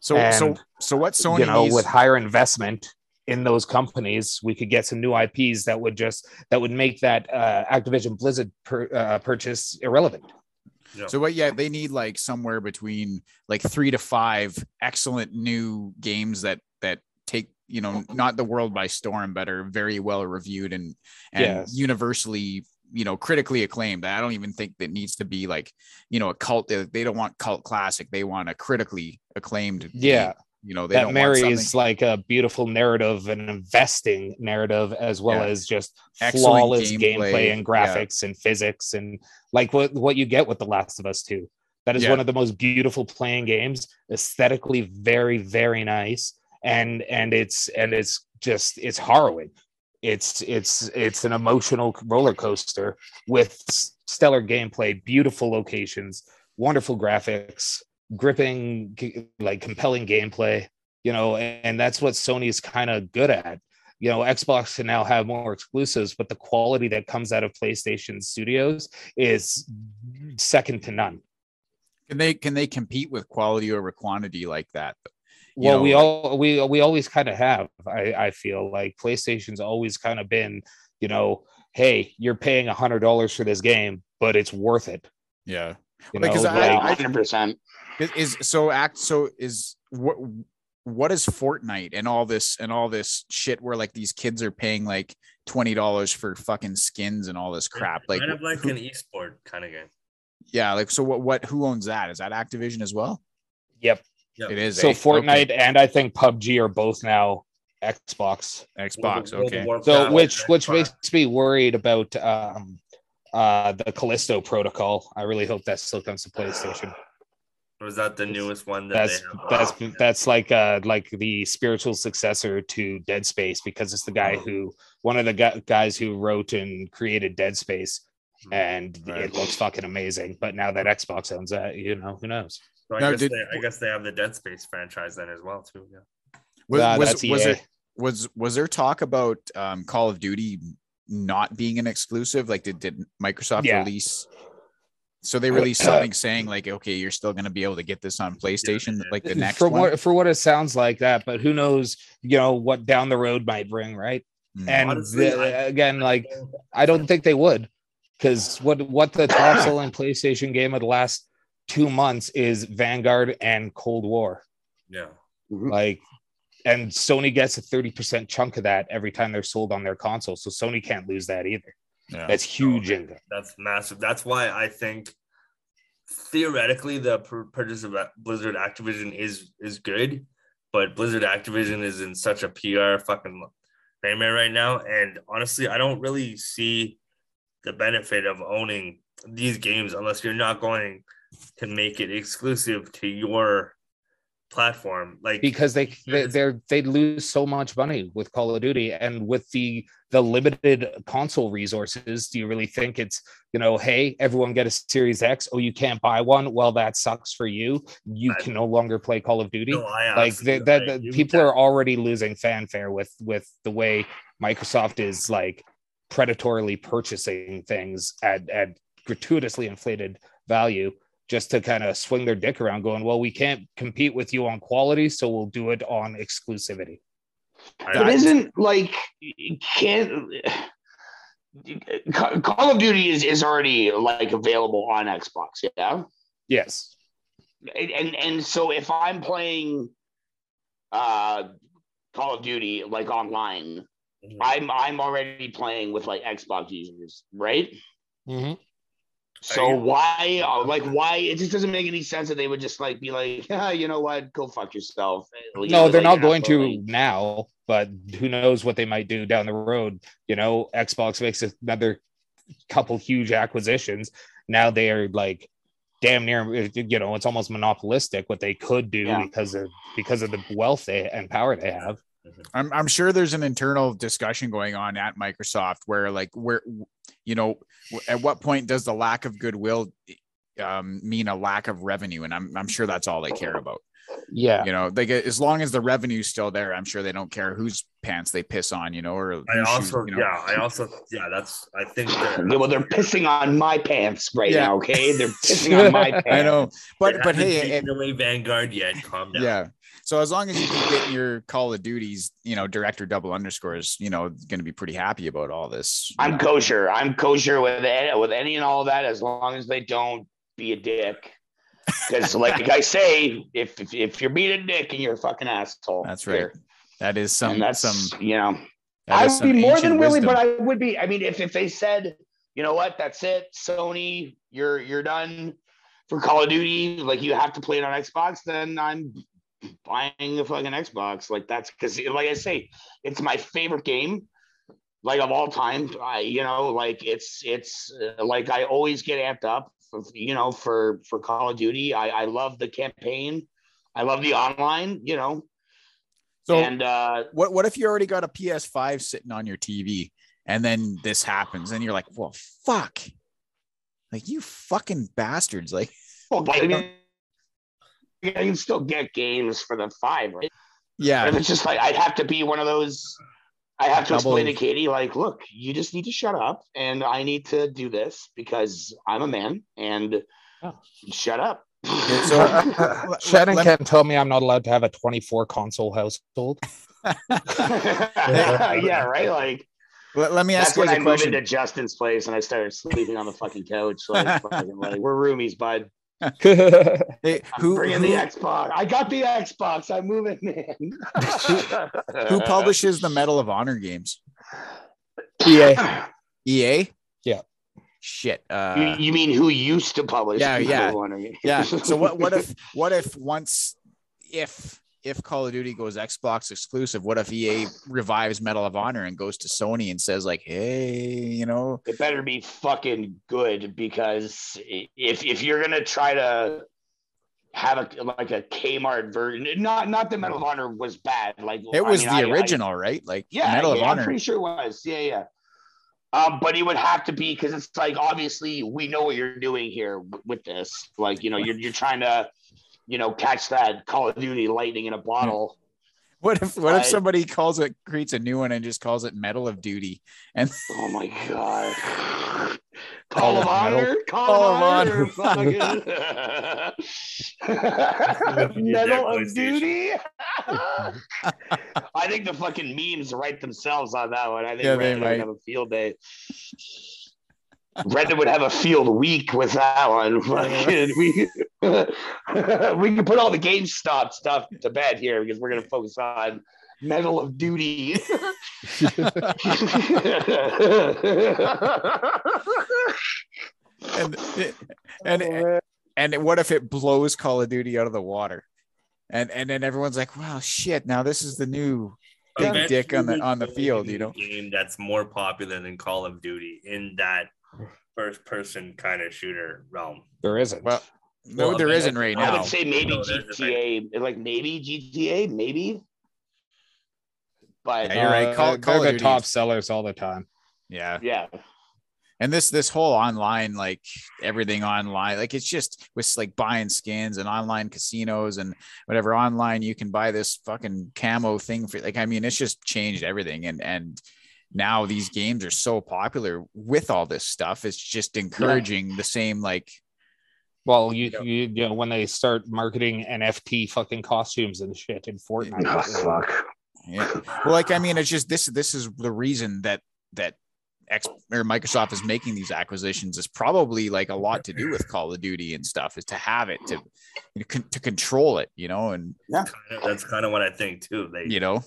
so so And, so what Sony you know needs- with higher investment in those companies we could get some new ips that would just that would make that uh, activision blizzard per, uh, purchase irrelevant So, but yeah, they need like somewhere between like three to five excellent new games that that take you know not the world by storm but are very well reviewed and and Yes. universally you know critically acclaimed i don't even think that needs to be like you know a cult they they don't want cult classic they want a critically acclaimed Yeah, you know they that don't marries want marries something- like a beautiful narrative and investing narrative as well Yeah. as just Excellent flawless gameplay. gameplay, and Yeah. graphics and physics and like what what you get with The Last of Us 2. That is Yeah. one of the most beautiful playing games, aesthetically very very nice and and it's and it's just it's harrowing. It's it's it's an emotional roller coaster with s- stellar gameplay, beautiful locations, wonderful graphics, gripping g- like compelling gameplay you know and that's what sony's kind of good at you know xbox can now have more exclusives but the quality that comes out of playstation studios is second to none can they can they compete with quality over quantity like that You well know, we like- all we we always kind of have i i feel like playstation's always kind of been you know hey you're paying a hundred dollars for this game but it's worth it yeah you Because know, I- like- I- hundred percent. Is, is so act so is what what is Fortnite and all this and all this shit where like these kids are paying like twenty dollars for fucking skins and all this crap like, kind of like who- an esport kind of game. yeah like so what what who owns that is that Activision as well yep Yep. it is so eh? fortnite Okay. and i think pubg are both now xbox World Xbox of okay Warcraft so which and which Xbox. makes me worried about um uh the callisto protocol i really hope that still comes to playstation was that the newest one that that's they have? Oh, that's that's like uh like the spiritual successor to dead space because it's the guy who one of the gu- guys who wrote and created dead space and Right. it looks fucking amazing but now that xbox owns that you know who knows So I, No, guess did- they, I guess they have the Dead Space franchise then as well too. Yeah. was, Uh, was, that's was EA. it was was there talk about um, Call of Duty not being an exclusive like did, did Microsoft Yeah. Uh, release so they released something saying like okay you're still gonna be able to get this on PlayStation yeah. like the next for one what for what it sounds like that but who knows you know what down the road might bring right Mm. and Honestly, the- I- again like I don't think they would, because what what the top selling PlayStation game of the last two months is Vanguard and Cold War. Yeah. Like, and Sony gets a thirty percent chunk of that every time they're sold on their console, so Sony can't lose that either. Yeah. That's huge income. That's massive. That's why I think theoretically the pur- purchase of Blizzard Activision is is good, but Blizzard Activision is in such a PR fucking nightmare right now. And honestly, I don't really see the benefit of owning these games unless you're not going to make it exclusive to your platform. Like because they, they they're they lose so much money with Call of Duty and with the the limited console resources. Do you really think it's you know, hey, everyone get a Series X? Oh, you can't buy one. Well, that sucks for you. You I- can no longer play Call of Duty. No, I like honestly- the, that, I that agree with people that. are already losing fanfare with with the way Microsoft is like predatorily purchasing things at at gratuitously inflated value just to kind of swing their dick around going well we can't compete with you on quality so we'll do it on exclusivity I- But isn't like can't Ca- Call of Duty is, is already like available on Xbox, yeah. yes And, and and so if I'm playing uh Call of Duty like online, I'm I'm already playing with like Xbox users, right? So Are you- why, uh, like, why? It just doesn't make any sense that they would just like be like, yeah, you know what, go fuck yourself. Like, no they're like, not going to absolutely. now but who knows what they might do down the road you know xbox makes another couple huge acquisitions now they are like damn near you know it's almost monopolistic what they could do Yeah. because of because of the wealth they and power they have I'm I'm sure there's an internal discussion going on at Microsoft where like where you know w- at what point does the lack of goodwill um, mean a lack of revenue and I'm I'm sure that's all they care about. yeah You know, like as long as the revenue's still there, I'm sure they don't care whose pants they piss on, you know, or I whose also, shoes, you know. yeah, I also, yeah, that's, I think that Yeah, well, they're pissing on my pants right Yeah. now. Okay, they're pissing on my pants. I know. But It but hasn't hey, it- taken away Vanguard yet. Calm down. yeah. So as long as you keep getting your Call of Duties, you know, director double underscores, you know, going to be pretty happy about all this. you I'm know. kosher. I'm kosher with any, with any and all that as long as they don't be a dick. Because, like I say, if, if if you're being a dick and you're a fucking asshole, That's right. you're- That is some and that's some. you know that I is would some be more than ancient willing, but wisdom. I would be. I mean, if if they said, you know what, that's it, Sony, you're you're done for Call of Duty, like you have to play it on Xbox, then I'm buying a fucking Xbox. Like that's because, like I say, it's my favorite game, like of all time. I, you know, like it's it's uh, like I always get amped up, for, you know, for for Call of Duty. I I love the campaign. I love the online, you know, so and uh, what what if you already got a PS5 sitting on your TV and then this happens and you're like, well, fuck, like you fucking bastards, like Well, but I mean, you can still get games for the five, right? yeah, But it's just like I'd have to be one of those. I have to Double- explain to Katie, like, look, you just need to shut up, and I need to do this because I'm a man, and Oh. shut up. so- uh, Let- Shannon let- can't tell me I'm not allowed to have a 24 console household. yeah, right. Like let, let me that's ask you when guys I a moved question. into Justin's place, and I started sleeping on the fucking couch. Like, fucking, like we're roomies, bud. Hey, I'm who bringing who- the Xbox. I got the Xbox. I'm moving in. who publishes the Medal of Honor games? yeah. EA. Yeah. Shit. You, Uh, you mean who used to publish? Yeah, the yeah. Medal of Honor game? yeah. So what what if what if once if if Call of Duty goes Xbox exclusive, what if EA revives Medal of Honor and goes to Sony and says like, hey, you know, it better be fucking good because i- if if you're gonna try to have a like a Kmart version, not not the Medal of Honor was bad. Like I it was mean, the I- I- original, right? Like yeah, Medal yeah, of I'm Honor. pretty sure it was. Yeah, yeah. Um, but it would have to be because it's like obviously we know what you're doing here w- with this. Like you know you're you're trying to you know catch that Call of Duty lightning in a bottle. What if what if I- somebody calls it creates a new one and just calls it Medal of Duty? Oh my god. Call Call of of Honor, Call, of Honor, fucking You did that Medal of PlayStation. Duty. I think the fucking memes write themselves on that one. I think Yeah, they Reddit might. would have a field day. Reddit would have a field week with that one. Fucking, we we can put all the GameStop stuff to bed here because we're gonna focus on Medal of Duty. And Oh, and and what if it blows Call of Duty out of the water? And and then everyone's like, wow, shit! Now this is the new Big Eventually, dick on the- there's on the gonna field, be you a know? Game that's more popular than Call of Duty in that first person kind of shooter realm. There isn't. Well, no, Well, there I mean, isn't right I now. would say maybe No, there's a GTA, like maybe GTA, maybe. But Yeah, you're right. Call- Uh, Call of they're the Duty top is- sellers all the time. yeah, yeah, and this this whole online like everything online like it's just with like buying skins and online casinos and whatever online you can buy this fucking camo thing for like i mean it's just changed everything and and now these games are so popular with all this stuff it's just encouraging the same like Well, you, Yeah. you, you know, when they start marketing NFT fucking costumes and shit in Fortnite. yeah. well like i mean it's just this this is the reason that that X or Microsoft is making these acquisitions is probably like a lot to do with Call of Duty and stuff is to have it to you know, con- to control it, you know, and Kinda- That's kind of what I think too. They you know,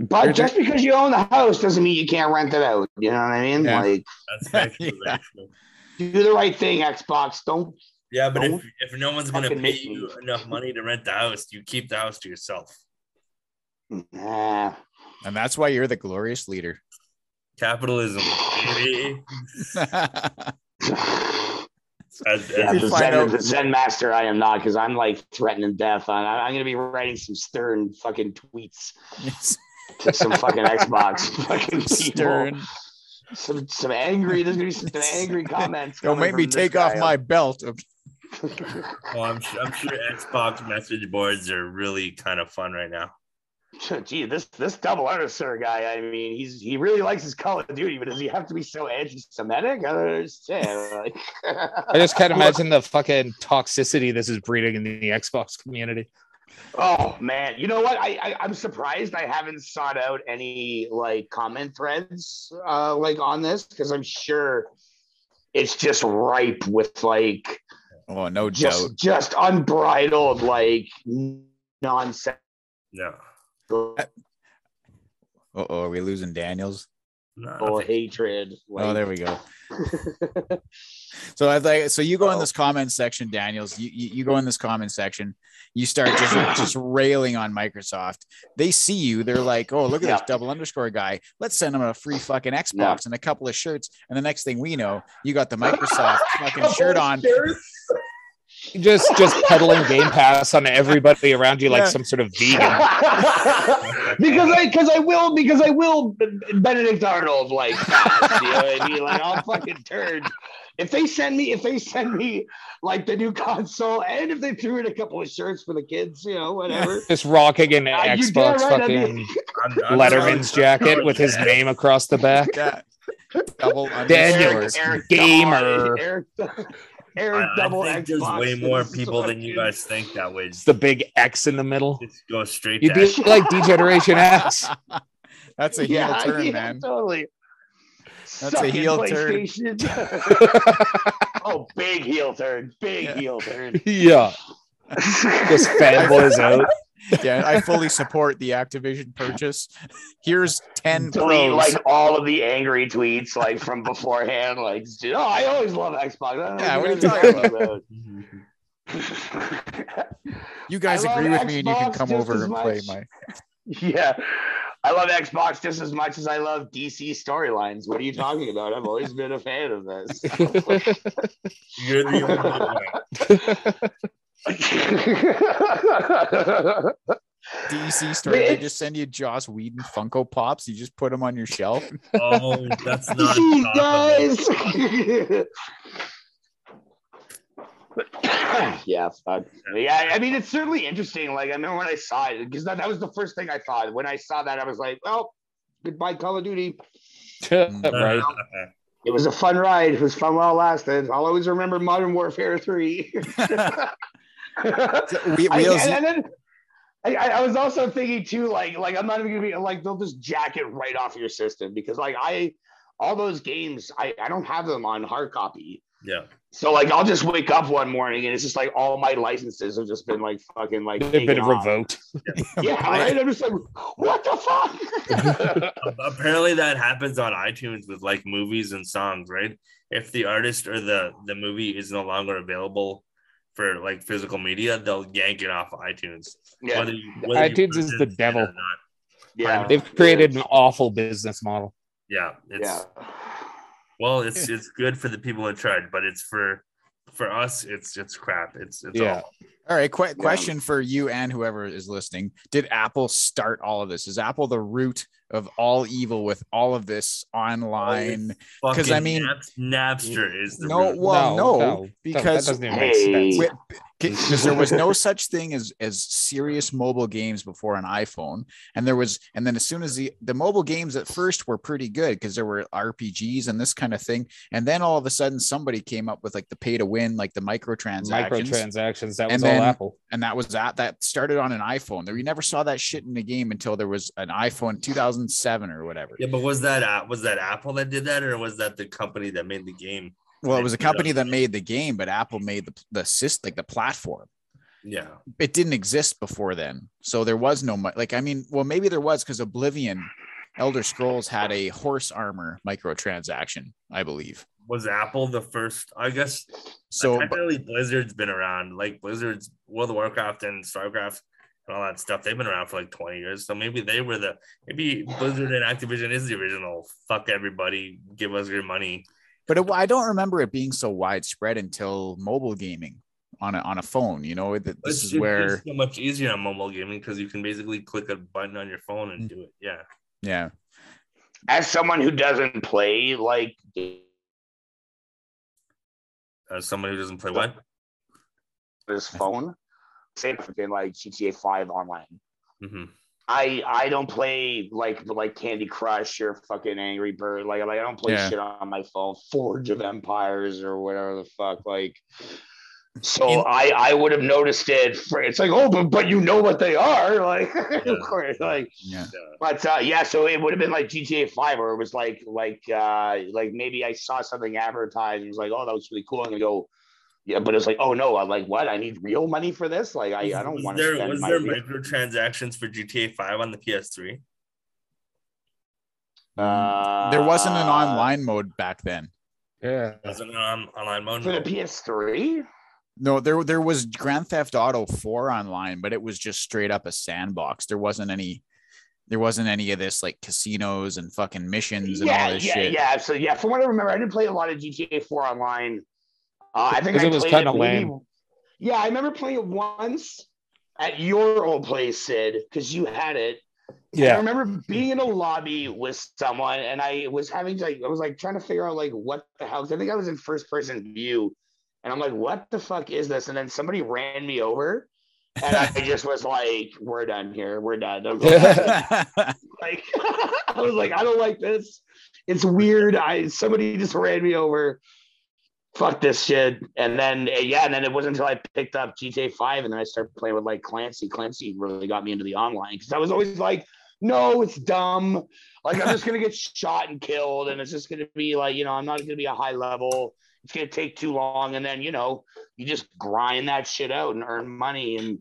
but just because you own the house doesn't mean you can't rent it out. You know what I mean? Yeah. Like, that's actually Yeah. actually- do the right thing, Xbox. Don't. yeah, but Oh. Don't if, if no one's gonna fucking pay make me. you enough money to rent the house, you keep the house to yourself. Nah. and that's why you're the glorious leader. Capitalism. baby. As- Yeah, as- you the, find Zen, out- the Zen master, I am not because I'm like threatening death. On I'm going to be writing some stern fucking tweets to some fucking Xbox fucking people. Stern. Some some angry. There's going to be some angry comments. Don't coming make me from this take off guy. uh, my belt. Okay. well, oh, I'm, su- I'm sure Xbox message boards are really kind of fun right now. Gee, this this double undersir guy. I mean, he's he really likes his Call of Duty, but does he have to be so anti-Semitic? I don't understand. Like, I just can't imagine the fucking toxicity this is breeding in the Xbox community. Oh man, you know what? I, I I'm surprised I haven't sought out any like comment threads uh like on this because I'm sure it's just ripe with like Oh, no just doubt. just unbridled like nonsense No. Uh, oh, are we losing Daniels? No, uh, or hatred. oh, there like- we go. So I like so you go Oh. in this comment section, Daniels. You, you you go in this comment section. You start just just railing on Microsoft. They see you. They're like, oh, look at Yeah. this double underscore guy. Let's send him a free fucking Xbox and a couple of shirts. And the next thing we know, you got the Microsoft fucking shirt on. Just just peddling Game Pass on everybody around you like Yeah. some sort of vegan. because I because I will because I will B- Benedict Arnold like you know what I mean? like I'll fucking turn if they send me if they send me like the new console and if they threw in a couple of shirts for the kids you know whatever Just rocking an Uh, you damn Xbox right, I fucking mean- I'm- I'm Letterman's sorry. jacket with his name across the back. Yeah. Double underscore. Daniels. Gamer. Eric, Eric, I, Eric I double think there's Xbox way more is people than you fucking- guys think that way. It's Just, the big X in the middle. just go straight You'd to be like Degeneration X. That's a heel yeah, turn, yeah, man. Totally. a Suck it, heel turn. PlayStation. oh, big heel turn. Big Yeah. heel turn. yeah, just fanboys out. Yeah, I fully support the Activision purchase. Here's 10 Delete pros. like all of the angry tweets like from beforehand. Like, oh, I always love Xbox. I don't know Yeah, what are you guys talking about? that. you guys I love agree with me and you can Xbox come just over as and play much. my yeah, I love Xbox just as much as I love DC storylines. What are you talking about? I've always been a fan of this. You're the only one. DC story. They It's- just send you Joss Whedon Funko Pops. You just put them on your shelf. Oh, that's not. Jeez, topical. guys. yeah, fuck. yeah. I mean, it's certainly interesting. Like, I remember when I saw it because that, that was the first thing I thought. When I saw that, I was like, "Well, goodbye, Call of Duty." right. It was a fun ride. It was fun while it lasted. I'll always remember Modern Warfare Three. So, Whe- I, Wheels, and, and then I, I I was also thinking too, like, like I'm not even gonna be like they'll just jack it right off your system because like I all those games I, I don't have them on hard copy. Yeah. So like I'll just wake up one morning and it's just like all my licenses have just been like fucking like They've been taken off. revoked. Yeah, right. I'm just like, what the fuck? Apparently, that happens on iTunes with like movies and songs, right? If the artist or the the movie is no longer available for like physical media, they'll yank it off iTunes. Yeah. you- you iTunes is the purchase it devil. or not. yeah, They've created an awful business model. Yeah, it's yeah. well, it's it's good for the people that tried, but it's for for us, it's it's crap. It's it's Yeah. all all right. Qu- question for you and whoever is listening: Did Apple start all of this? Is Apple the root of all evil with all of this online? because I mean- Napster is the No, root. well, no, because- that doesn't even Hey. make sense. Wait, because there was no such thing as as serious mobile games before an iphone and there was and then as soon as the the mobile games at first were pretty good because there were rpgs and this kind of thing and then all of a sudden somebody came up with like the pay to win like the microtransactions Microtransactions. That And was all then- Apple. and that was that that started on an iphone there you never saw that shit in the game until there was an iphone 2007 or whatever Yeah, but was that uh, was that Apple that did that, or was that the company that made the game? well it was a company that made the game but apple made the the syst like the platform Yeah, it didn't exist before then. So there was no mi- like I mean, well maybe there was because Oblivion, Elder Scrolls had a horse armor microtransaction, I believe. was Apple the first? I guess So but- technically Blizzard's been around, like Blizzard's World of Warcraft and Starcraft and all that stuff. They've been around for like 20 years. So maybe they were the maybe Blizzard and Activision is the original. Fuck everybody, give us your money. but it, I don't remember it being so widespread until mobile gaming on a, on a phone, you know, that this It's- is it's where so much easier on mobile gaming because you can basically click a button on your phone Mm. and do it. Yeah. yeah. As someone who doesn't play like As somebody who doesn't play what? this phone, same thing like GTA Five online. hmm I I don't play like like Candy Crush or fucking Angry Bird. Like, like I don't play Yeah. shit on my phone. Forge of Empires or whatever the fuck. Like, so In- I I would have noticed it. For, it's like oh, but but you know what they are. Like of course, like Yeah. but uh, yeah. So it would have been like GTA Five, or it was like like uh like maybe I saw something advertised and was like oh that looks really cool. I'm gonna go Yeah, but it's like, oh no, I'm like, what? I need real money for this? Like, I, I don't Was want there- to spend Was my there real- microtransactions for GTA 5 on the PS3? Uh, there wasn't an online mode back then. Yeah. Wasn't it on online mode? for the PS3. No, there there was Grand Theft Auto 4 online, but it was just straight up a sandbox. There wasn't any there wasn't any of this like casinos and fucking missions and all Yeah, this yeah, shit. yeah. So yeah, from what I remember, I didn't play a lot of GTA 4 online. Uh, I think 'Cause I it was played kinda maybe- lame. Yeah, I remember playing it once at your old place, Sid, because you had it. I Yeah. remember being in a lobby with someone, and I was having to, like I was like trying to figure out like what the hell. 'cause I think I was in first person view, and I'm like, what the fuck is this? And then somebody ran me over, and I just was like, we're done here, we're done. I was like, like I was like, I don't like this. It's weird. I somebody just ran me over. Fuck this shit. And then eh, yeah, and then it wasn't until I picked up GTA Five and then I started playing with like Clancy. Clancy really got me into the online because I was always like, no, it's dumb. Like I'm just gonna get shot and killed, and it's just gonna be like you know I'm not gonna be a high level. It's gonna take too long, and then you know you just grind that shit out and earn money and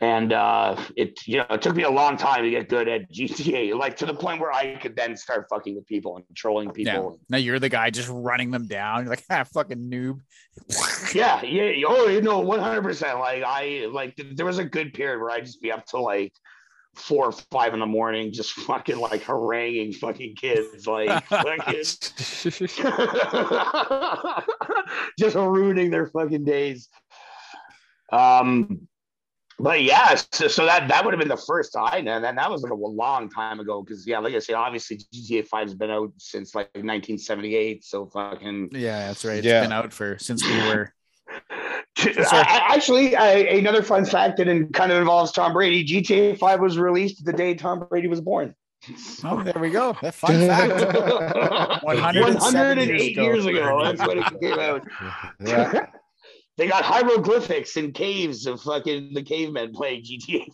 and uh, it you know it took me a long time to get good at GTA, like to the point where I could then start fucking with people and trolling yeah. people. Now you're the guy just running them down. You're like, ah, fucking noob. Yeah, yeah, oh, you know, one hundred percent. Like I like th- there was a good period where I'd just be up till like four or five in the morning, just fucking like haranguing fucking kids, like fucking. just ruining their fucking days. Um, but yeah, so, so that that would have been the first time, and that, that was like a long time ago. Because yeah, like I said, obviously GTA Five has been out since like 1978. So fucking. Yeah, that's right. Yeah. It's been out for since we were I- I- actually, I, another fun fact that in, kind of involves Tom Brady. GTA Five was released the day Tom Brady was born. Oh, there we go. That fun fact. 107 108 years ago. That's when it came out. yeah. they got hieroglyphics in caves of fucking the cavemen playing GTA.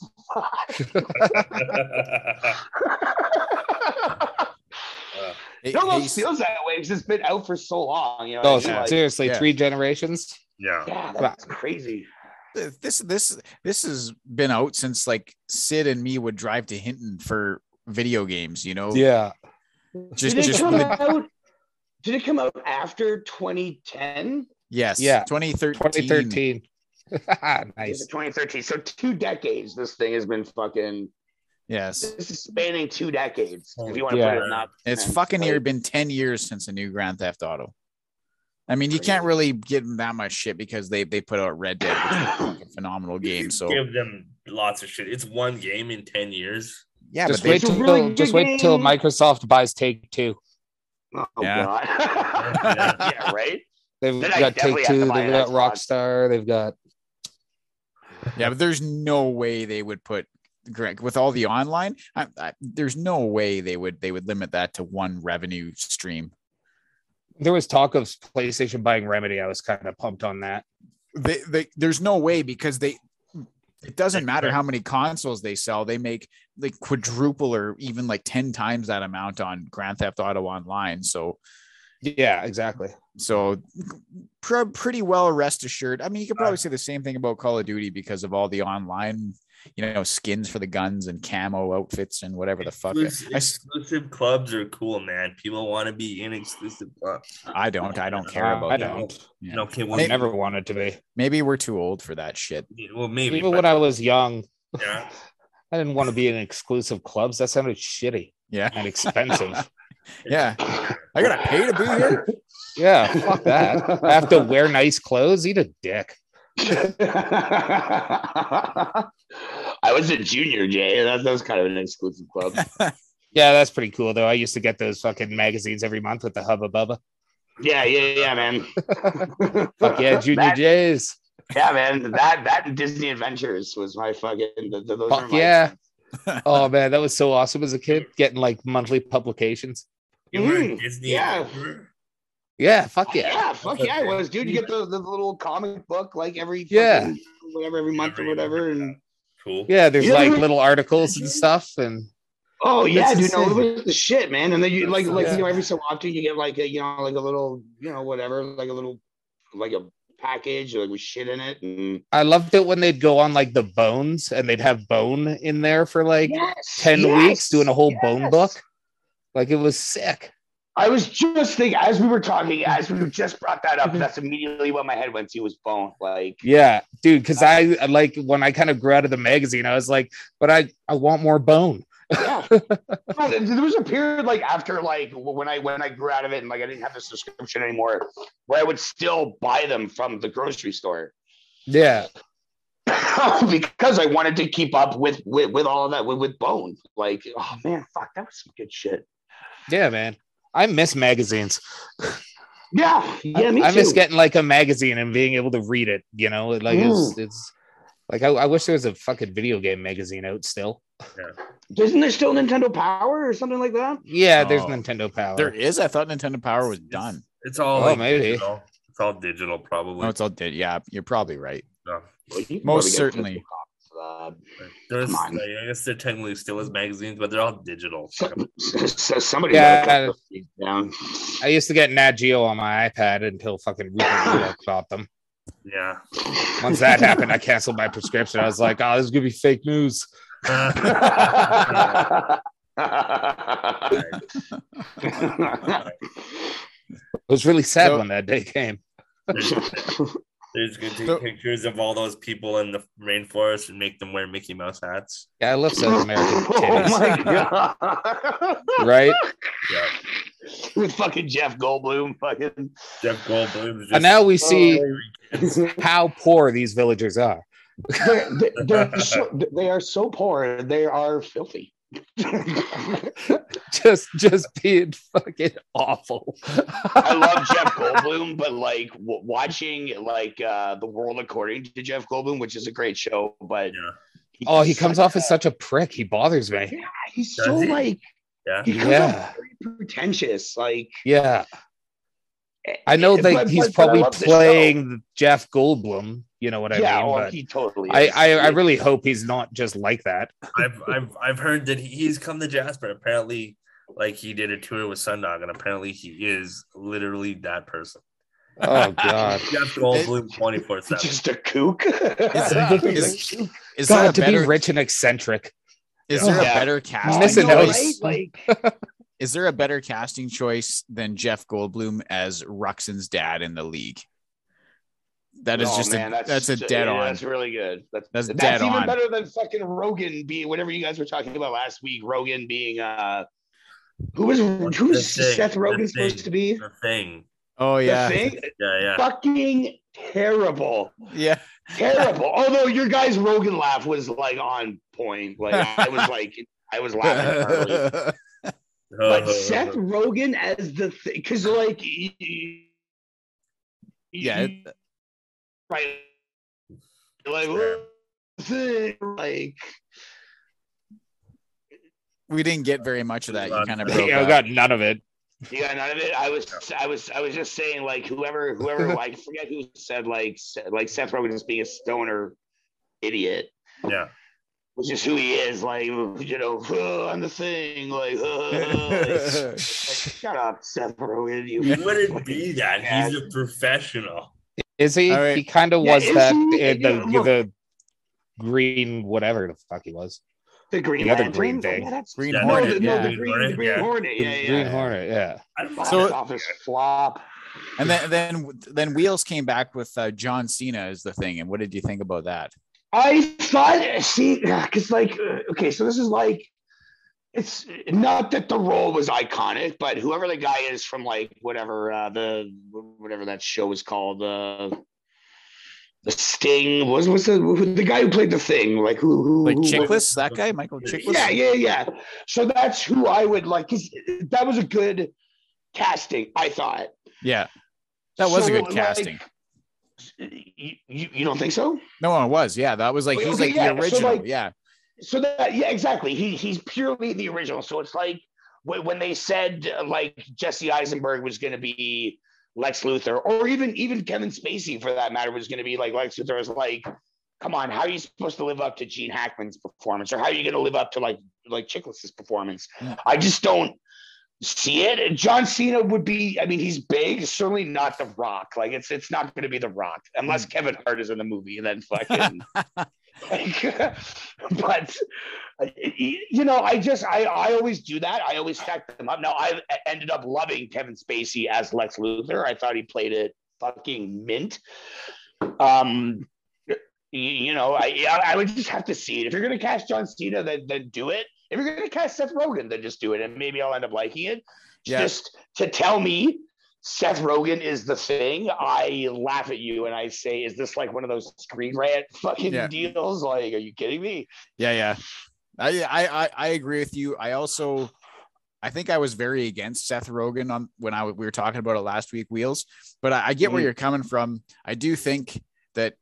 Hey, it almost hey, feels that way because it's been out for so long. You know, Oh, it's like, seriously, Yeah. three generations? yeah. yeah, that's crazy. this this this has been out since like Sid and me would drive to Hinton for video games, you know? Yeah. Just did it just come the- out? Did it come out after 2010? yes, Yeah. 2013. 2013. Is it nice. 2013. So two decades. This thing has been fucking. Yes. This is spanning two decades. If you want to Yeah. put it in that It's sense. fucking near Like, been 10 years since a new Grand Theft Auto. I mean, you can't Crazy. really give them that much shit because they they put out Red Dead, which is a fucking phenomenal game. So give them lots of shit. It's one game in 10 years. yeah, just but wait it's a till really good just wait till game. Microsoft buys Take Two. Oh Yeah. god. Yeah. yeah. Right. They've Then I got definitely Take have to Two. buy They've an got Xbox. Rockstar. They've got they, yeah, but there's no way they would put Greg with all the online. I, I, there's no way they would they would limit that to one revenue stream. there was talk of PlayStation buying Remedy. I was kind of pumped on that. they, they there's no way because they it doesn't matter how many consoles they sell they make like quadruple or even like 10 times that amount on grand theft auto online so Yeah, exactly. so pre- pretty well rest assured i mean you could probably say the same thing about call of duty because of all the online you know skins for the guns and camo outfits and whatever the fuck Exclusive, I, s- exclusive clubs are cool, man. People want to be in exclusive clubs. I don't i don't care Uh, about I that don't. Yeah. Okay, well, I never wanted to be. maybe we're too old for that shit maybe- well, maybe. Even when but, I was young, Mm-hmm. yeah. I didn't want to be in exclusive clubs. That sounded shitty yeah and expensive. yeah i gotta pay to be here yeah, fuck that. I have to wear nice clothes. Eat a dick. I was a junior, Jay. That, that was kind of an exclusive club. Yeah, that's pretty cool though. I used to get those fucking magazines every month with the Hubba Bubba. yeah, yeah, yeah, man. Fuck yeah, Junior That- J's. Yeah, man. That that and Disney Adventures was my fucking. th- th- those Fuck are my- yeah. Oh man, that was so awesome as a kid getting like monthly publications. You were in Mm, Disney. yeah. Adventure? Yeah, fuck Yeah. yeah. fuck yeah, it was, dude. You get the, the little comic book like every Yeah. fucking whatever every month or whatever, and Cool. Yeah, there's Yeah. like little articles and stuff and Oh yeah, That's dude. No, insane. it was the shit, man. And then you like like Yeah. you know every so often you get like a you know like a little you know whatever like a little like a package, like with shit in it. And I loved it when they'd go on like the bones and they'd have bone in there for like Yes, 10 yes, weeks doing a whole bone yes. book. Like it was sick. I was just thinking as we were talking, as we just brought that up, that's immediately what my head went to was bone. Like Yeah, dude, because I I like when I kind of grew out of the magazine, I was like, but I, I want more bone. yeah. No, th- there was a period like after like w- when I when I grew out of it and like I didn't have the subscription anymore, where I would still buy them from the grocery store Yeah. because I wanted to keep up with with, with all of that with, with Bone. Like, oh man, fuck, that was some good shit. Yeah, man. I miss magazines. Yeah, yeah, me I too. miss getting like a magazine and being able to read it, you know? It, Like Mm. it's, it's like I, I wish there was a fucking video game magazine out still. Isn't there still Nintendo Power or something like that? Yeah, there's Oh. Nintendo Power. There is. I thought Nintendo Power was done. It's all Oh, like maybe. digital. It's all digital, probably. No, it's all dead. Yeah, you're probably right. So, Well, you can Most probably certainly. get physical copies like, there's, Come on. like, I guess there technically still is magazines, but they're all digital. of that. So, so somebody Yeah, gotta cut those things down. I used to get Nat Geo on my iPad until fucking Rupert Murdoch bought them. Yeah. Once that happened, I canceled my prescription. I was like, oh, this is gonna be fake news. Uh, It was really sad So- when that day came. there's, there's gonna take So- pictures of all those people in the rainforest and make them wear Mickey Mouse hats. Yeah, I love South American titties, Oh my god! right? Yeah. With fucking Jeff Goldblum, fucking Jeff Goldblum. is And just- now we see they're, how poor these villagers are. Oh, they're, they're so, they are so poor, they are filthy. I Just just being fucking awful. love Jeff Goldblum, but like w- watching like uh the world according to Jeff Goldblum, which is a great show, but Yeah. Oh, he comes such off a- as such a prick. He bothers me. Yeah, he's Does so he? like Yeah. he comes Yeah. off very pretentious. Like Yeah. I know eh, that but- he's but I probably love the show. playing Jeff Goldblum. You know what I yeah, mean? well, but he totally. I, is. I, I really hope he's not just like that. I've I've I've heard that he's come to Jasper. Apparently, like he did a tour with Sundog, and apparently he is literally that person. Oh god. Jeff Goldblum, twenty four seven. just a kook. Is- Is God, to there a be better? rich and eccentric. Is there a Yeah. better I'm casting? missing choice? those. Like, Is there a better casting choice than Jeff Goldblum as Ruxin's dad in the league? That is No, just oh, man, a, that's, a ju- dead yeah, on. That's really good. That's That's that's, dead even on. better than fucking Rogan being whatever you guys were talking about last week. Rogan being uh, who was who was The Thing, Seth The Rogan Thing, supposed to be? The thing. oh yeah, The thing, Yeah, yeah. fucking terrible, yeah. terrible. Although your guys Rogan laugh was like on point. Like I was like I was laughing. Early. But Seth Rogan as the thing, because like, y- y- Yeah, y- right, like, "Whoa, like, we didn't get very much of that. You kind of Oh, broke Yeah, I up. got none of it. you got none of it. I was, I was, I was just saying, like, whoever, whoever, I forget who said, like, Se- like Seth Rogan is being a stoner idiot, yeah. which is who he is. Like, you know, "Oh, I'm the thing. Like, "Oh," like, shut up, Seth Rogan. You He wouldn't be that. Yeah. He's a professional. Is he? All right. He kind of Yeah, was is that he? in the, Yeah, look. the green, whatever the fuck he was. The Green The other Lantern? green thing. Yeah, that's Green Yeah, no, Hornet. the, yeah. no, the Green, the green Yeah. Hornet. Yeah, Green yeah. Hornet, yeah. I don't know. So- So office flop. and then then then Wheels came back with uh, John Cena as the thing. And what did you think about that? I thought, see, because like, uh, okay, so this is like, it's not that the role was iconic, but whoever the guy is from like whatever uh, the whatever that show was called, uh, the Sting was was the who- the guy who played the thing, like who who Like who- Chickless, that guy, Michael Chickless. Yeah, yeah, yeah. So that's who I would like. 'cause that was a good casting, I thought. Yeah. That So, was a good like, casting. you, you you don't think so? No, it was. Yeah, that was like Okay, he's okay, like Oh, yeah, the so, original. like- yeah. So that yeah, exactly. He he's purely the original. So it's like wh- when they said uh, like Jesse Eisenberg was going to be Lex Luthor, or even even Kevin Spacey for that matter was going to be like Lex Luthor. I was like, come on, how are you supposed to live up to Gene Hackman's performance, or how are you going to live up to like like Chickless's performance? Mm. I just don't. Cena, John Cena would be. I mean, he's big. Certainly not The Rock. Like it's it's not going to be The Rock unless Kevin Hart is in the movie, and then fucking. like, but uh, you know, I just I I always do that. I always stack them up. Now I ended up loving Kevin Spacey as Lex Luthor. I thought he played it fucking mint. Um, you, you know, I I would just have to see it. If you're gonna cast John Cena, then then do it. If you're gonna cast Seth Rogen, then just do it, and maybe I'll end up liking it. Yeah. Just to tell me Seth Rogen is the thing, I laugh at you and I say, "Is this like one of those screen rant fucking Yeah. deals? Like, are you kidding me?" Yeah, yeah. I, I I I agree with you. I also I think I was very against Seth Rogen on when I we were talking about it last week, Wheels. But I, I get where Mhm. you're coming from. I do think that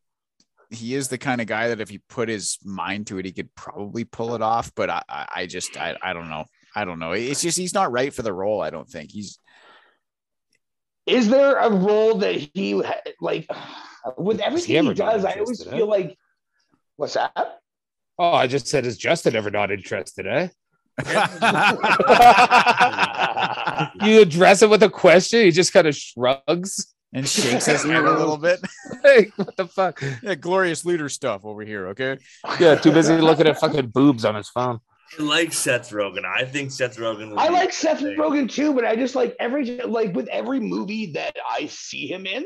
he is the kind of guy that if he put his mind to it, he could probably pull it off. But I I, I just I, I don't know. I don't know. It's just he's not right for the role. I don't think he's Is there a role that he ha- like with everything ever he not does? I always interested, eh? feel like, what's that? Oh, I just said, is Justin ever not interested, eh? You address it with a question, he just kind of shrugs. and shakes his head a little bit. Like, what the fuck? Yeah, glorious looter stuff over here. Okay. Yeah, too busy looking at fucking boobs on his phone. I like Seth Rogen. I think Seth Rogen. would I be- like Seth Same. Rogen too, but I just like every like with every movie that I see him in.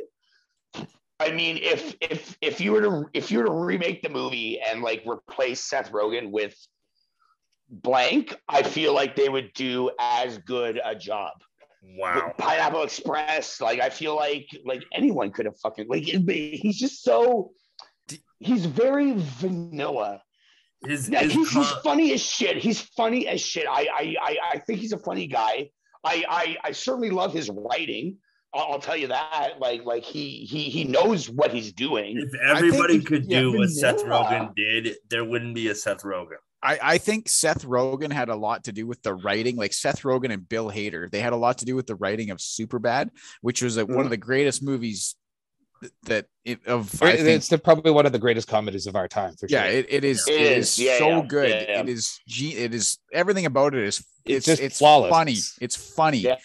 I mean, if if if you were to if you were to remake the movie and like replace Seth Rogen with blank, I feel like they would do as good a job. Wow. Pineapple Express. Like I feel like like anyone could have fucking like it'd be- he's just so he's very vanilla. His, Yeah, his he's, he's con- funny as shit. He's funny as shit. I I I, I think he's a funny guy. I, I I certainly love his writing. I'll, I'll tell you that. Like like he he he knows what he's doing. if everybody if- could yeah, do what Seth vanilla. Rogen did, there wouldn't be a Seth Rogen. I, I think Seth Rogen had a lot to do with the writing, like Seth Rogen and Bill Hader. They had a lot to do with the writing of Superbad, which was like one of the greatest movies th- that it, of. I Mm-hmm. It- think, it's the- probably one of the greatest comedies of our time, for sure. yeah, it, it is. Yeah. It It is, is. Yeah, so yeah. good. Yeah, yeah. It is. Ge- it is everything about it is. It's It's just just it's flawless. funny. It's funny. Yeah.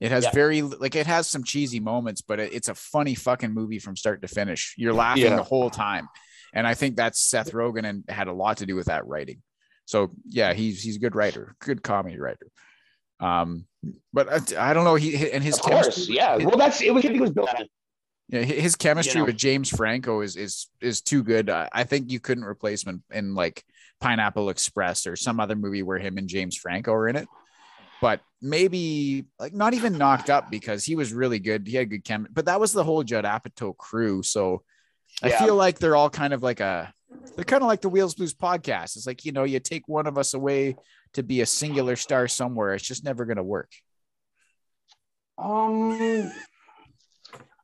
It has Yeah. very like it has some cheesy moments, but it, it's a funny fucking movie from start to finish. You're laughing Yeah. the whole time, and I think that's Seth Rogen and had a lot to do with that writing. So yeah, he's he's a good writer, good comedy writer. Um, but I, I don't know he and his Of course, chemistry- yeah. Well, that's it was it was built. yeah, hi- his chemistry know. with James Franco is is is too good. I, I think you couldn't replace him in, in like Pineapple Express or some other movie where him and James Franco are in it. But maybe like not even knocked up because he was really good. He had good chemistry, but that was the whole Judd Apatow crew. So I Yeah. feel like they're all kind of like a they're kind of like the Wheels Blues podcast. It's like you know you take one of us away to be a singular star somewhere. It's just never gonna work. Um,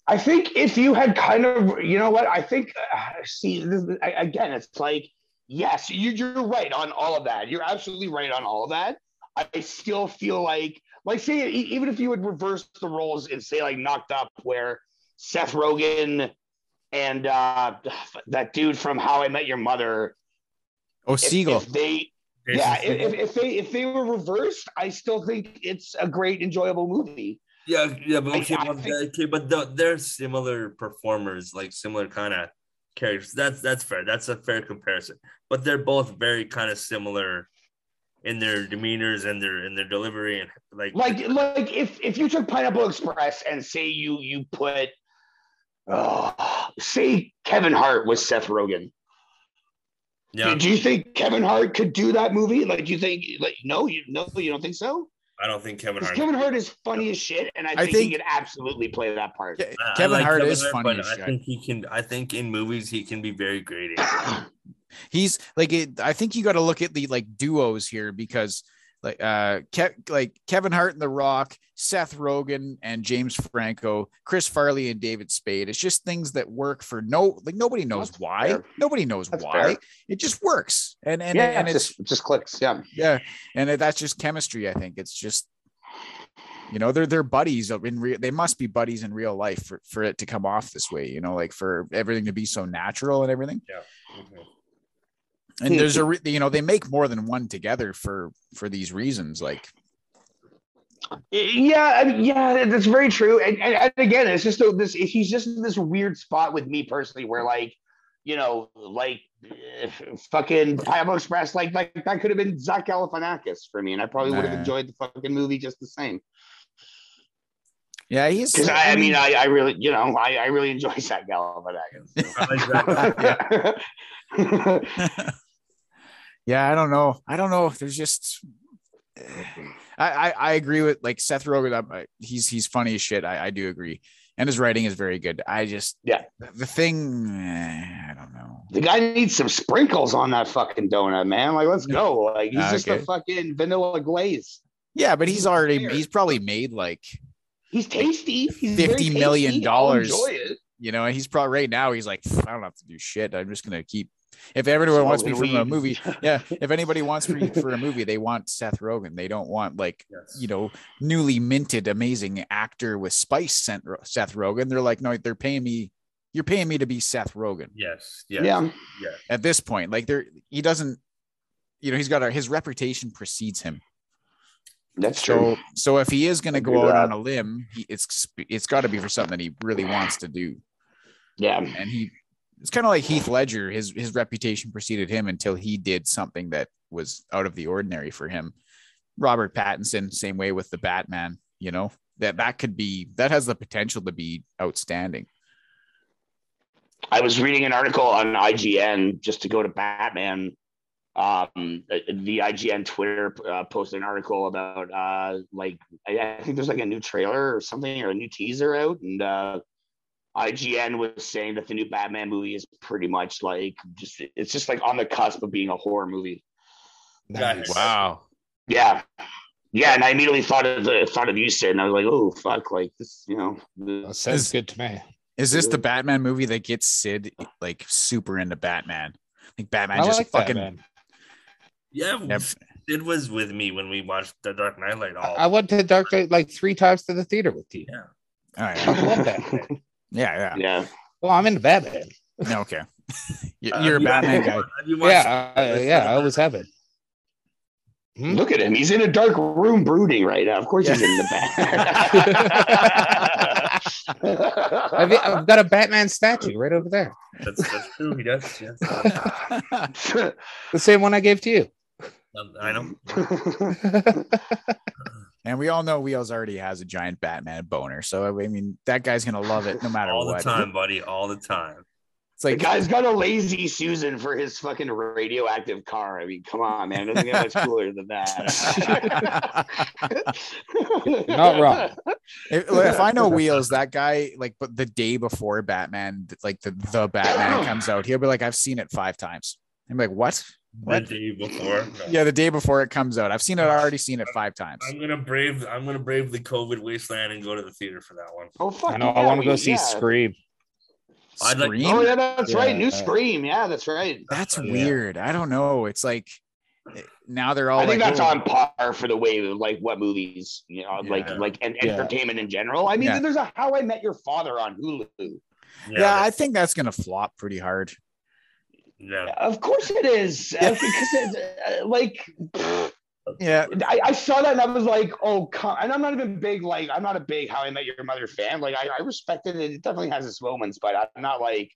I think if you had kind of, you know what? I think, uh, see, this, I, again, it's like, yes, you, you're right on all of that. You're absolutely right on all of that. I still feel like, like, say, e- even if you would reverse the roles and say, like, knocked up, where Seth Rogen and uh, that dude from How I Met Your Mother, Oh, if- Siegel. if they, Jason yeah, Segel. if, if they if they were reversed, I still think it's a great, enjoyable movie. Yeah, yeah, but I- okay, I well, think- okay, but the, they're similar performers, like similar kind of characters. That's that's fair. That's a fair comparison. But they're both very kind of similar in their demeanors and their in their delivery and like like like if if you took pineapple express and say you you put oh, say kevin hart was seth rogen yeah. do you think kevin hart could do that movie like do you think like no you no you don't think so I don't think Kevin because Hart. kevin hart is funny as shit and i think, think- he could absolutely play that part Ke- uh, I- I Kevin like Hart is but funny. as I shit. think he can. I think in movies he can be very grating. he's like it, i think you got to look at the like duos here because like uh Ke- like kevin hart and the rock seth rogen and james franco chris farley and david spade it's just things that work for no like nobody knows That's why fair. nobody knows That's why fair. it just works and and, yeah and it it's just just clicks yeah yeah and that's just chemistry i think it's just you know they're they're buddies in real they must be buddies in real life for, for it to come off this way you know like for everything to be so natural and everything and there's a re- you know they make more than one together for for these reasons like Yeah, I mean, yeah, that's very true. And, and, and again, it's just a, this. He's just in this weird spot with me personally, where like, you know, like eh, fucking Pineapple Express, like like that could have been Zach Galifianakis for me, and I probably would have Nah. enjoyed the fucking movie just the same. Yeah, he's. Because I, I mean, I, I really, you know, I, I really enjoy Zach Galifianakis. I like that. yeah, I don't know. I don't know. There's just. I, I I agree with like Seth Rogen. I'm- I, he's he's funny as shit. I, I do agree, and his writing is very good. I just Yeah. The thing, eh, I don't know. the guy needs some sprinkles on that fucking donut, man. Like, let's go. Like, he's just a Okay. fucking vanilla glaze. Yeah, but he's already Fair. he's probably made like He's tasty. He's $50 very tasty. million dollars. I'll enjoy it. you know he's probably right now he's like I don't have to do shit. I'm just gonna keep. If everyone wants me for Smoking a weed. movie, yeah. If anybody wants me for a movie, they want Seth Rogen. They don't want like Yes. you know, newly minted amazing actor with spice sent Seth Rogen. They're like, no, they're paying me. You're paying me to be Seth Rogen Yes. Yes. Yeah. at this point. Like, there, he doesn't. You know, he's got a, his reputation precedes him. That's true. So, so if he is going to Agree go with out that. on a limb, he, it's it's got to be for something that he really wants to do. Yeah. And he, it's kind of like Heath Ledger. His his reputation preceded him until he did something that was out of the ordinary for him. Robert Pattinson, same way with the Batman. You know that that could be that has the potential to be outstanding. I was reading an article on IGN just to go to Batman. Um, the IGN Twitter uh, posted an article about uh, like I, I think there's like a new trailer or something or a new teaser out, and uh, IGN was saying that the new Batman movie is pretty much like just it's just like on the cusp of being a horror movie. Nice. Wow. Yeah. Yeah, and I immediately thought of the thought of you, Sid, and I was like, "Oh fuck!" Like this, you know. That the- sounds Is- good to me. Is this the Batman movie that gets Sid like super into Batman? Like Batman I just like fucking. Batman. Yeah. Yep. It was with me when we watched The Dark Knight Light. I All. I went to Dark Knight like three times to the theater with you. All right. I love Batman. Yeah. yeah, Well, I'm into Batman. Yeah. No, okay. You- Uh, You're a you- Batman guy. Have you watched Yeah, I, I- yeah, I always have it. Look at him. He's in a dark room brooding right now. Of course he's in the back. I've, I've got a Batman statue right over there. That's, that's true. He does. Yes. The same one I gave to you. Um, I know. And we all know Wheels already has a giant Batman boner. So I mean that guy's gonna love it no matter All what. the time, buddy. All the time. It's the like guy's got a lazy Susan for his fucking radioactive car. I mean, come on, man. It doesn't get much cooler than that. Not wrong. if, like, if I know Wheels, that guy, like but the day before Batman, like the, the Batman comes out, he'll be like, I've seen it five times. I'm like, what? The What? day before. No. Yeah, the day before it comes out. I've seen it, I already seen it five times. I'm gonna brave. I'm gonna brave the COVID wasteland and go to the theater for that one. Oh, fuck I know. yeah, I want to we- go see yeah. Scream. I'd like- Scream? Oh, yeah, that's right. Yeah. New Scream. Yeah, that's right. That's Yeah. weird. I don't know. It's like eh, now they're all I think like, that's "Oh, on par for the way of like what movies, you know, like Yeah. like and Yeah. entertainment in general. I mean, Yeah. there's a How I Met Your Father on Hulu. Yeah, I think that's gonna flop pretty hard. yeah. Of course it is, Yeah. Uh, because it's, uh, like Yeah. I, I saw that and I was like, oh, come. and I'm not even big like I'm not a big How I Met Your Mother fan. Like I, I respect it. It definitely has its moments, but I'm not like.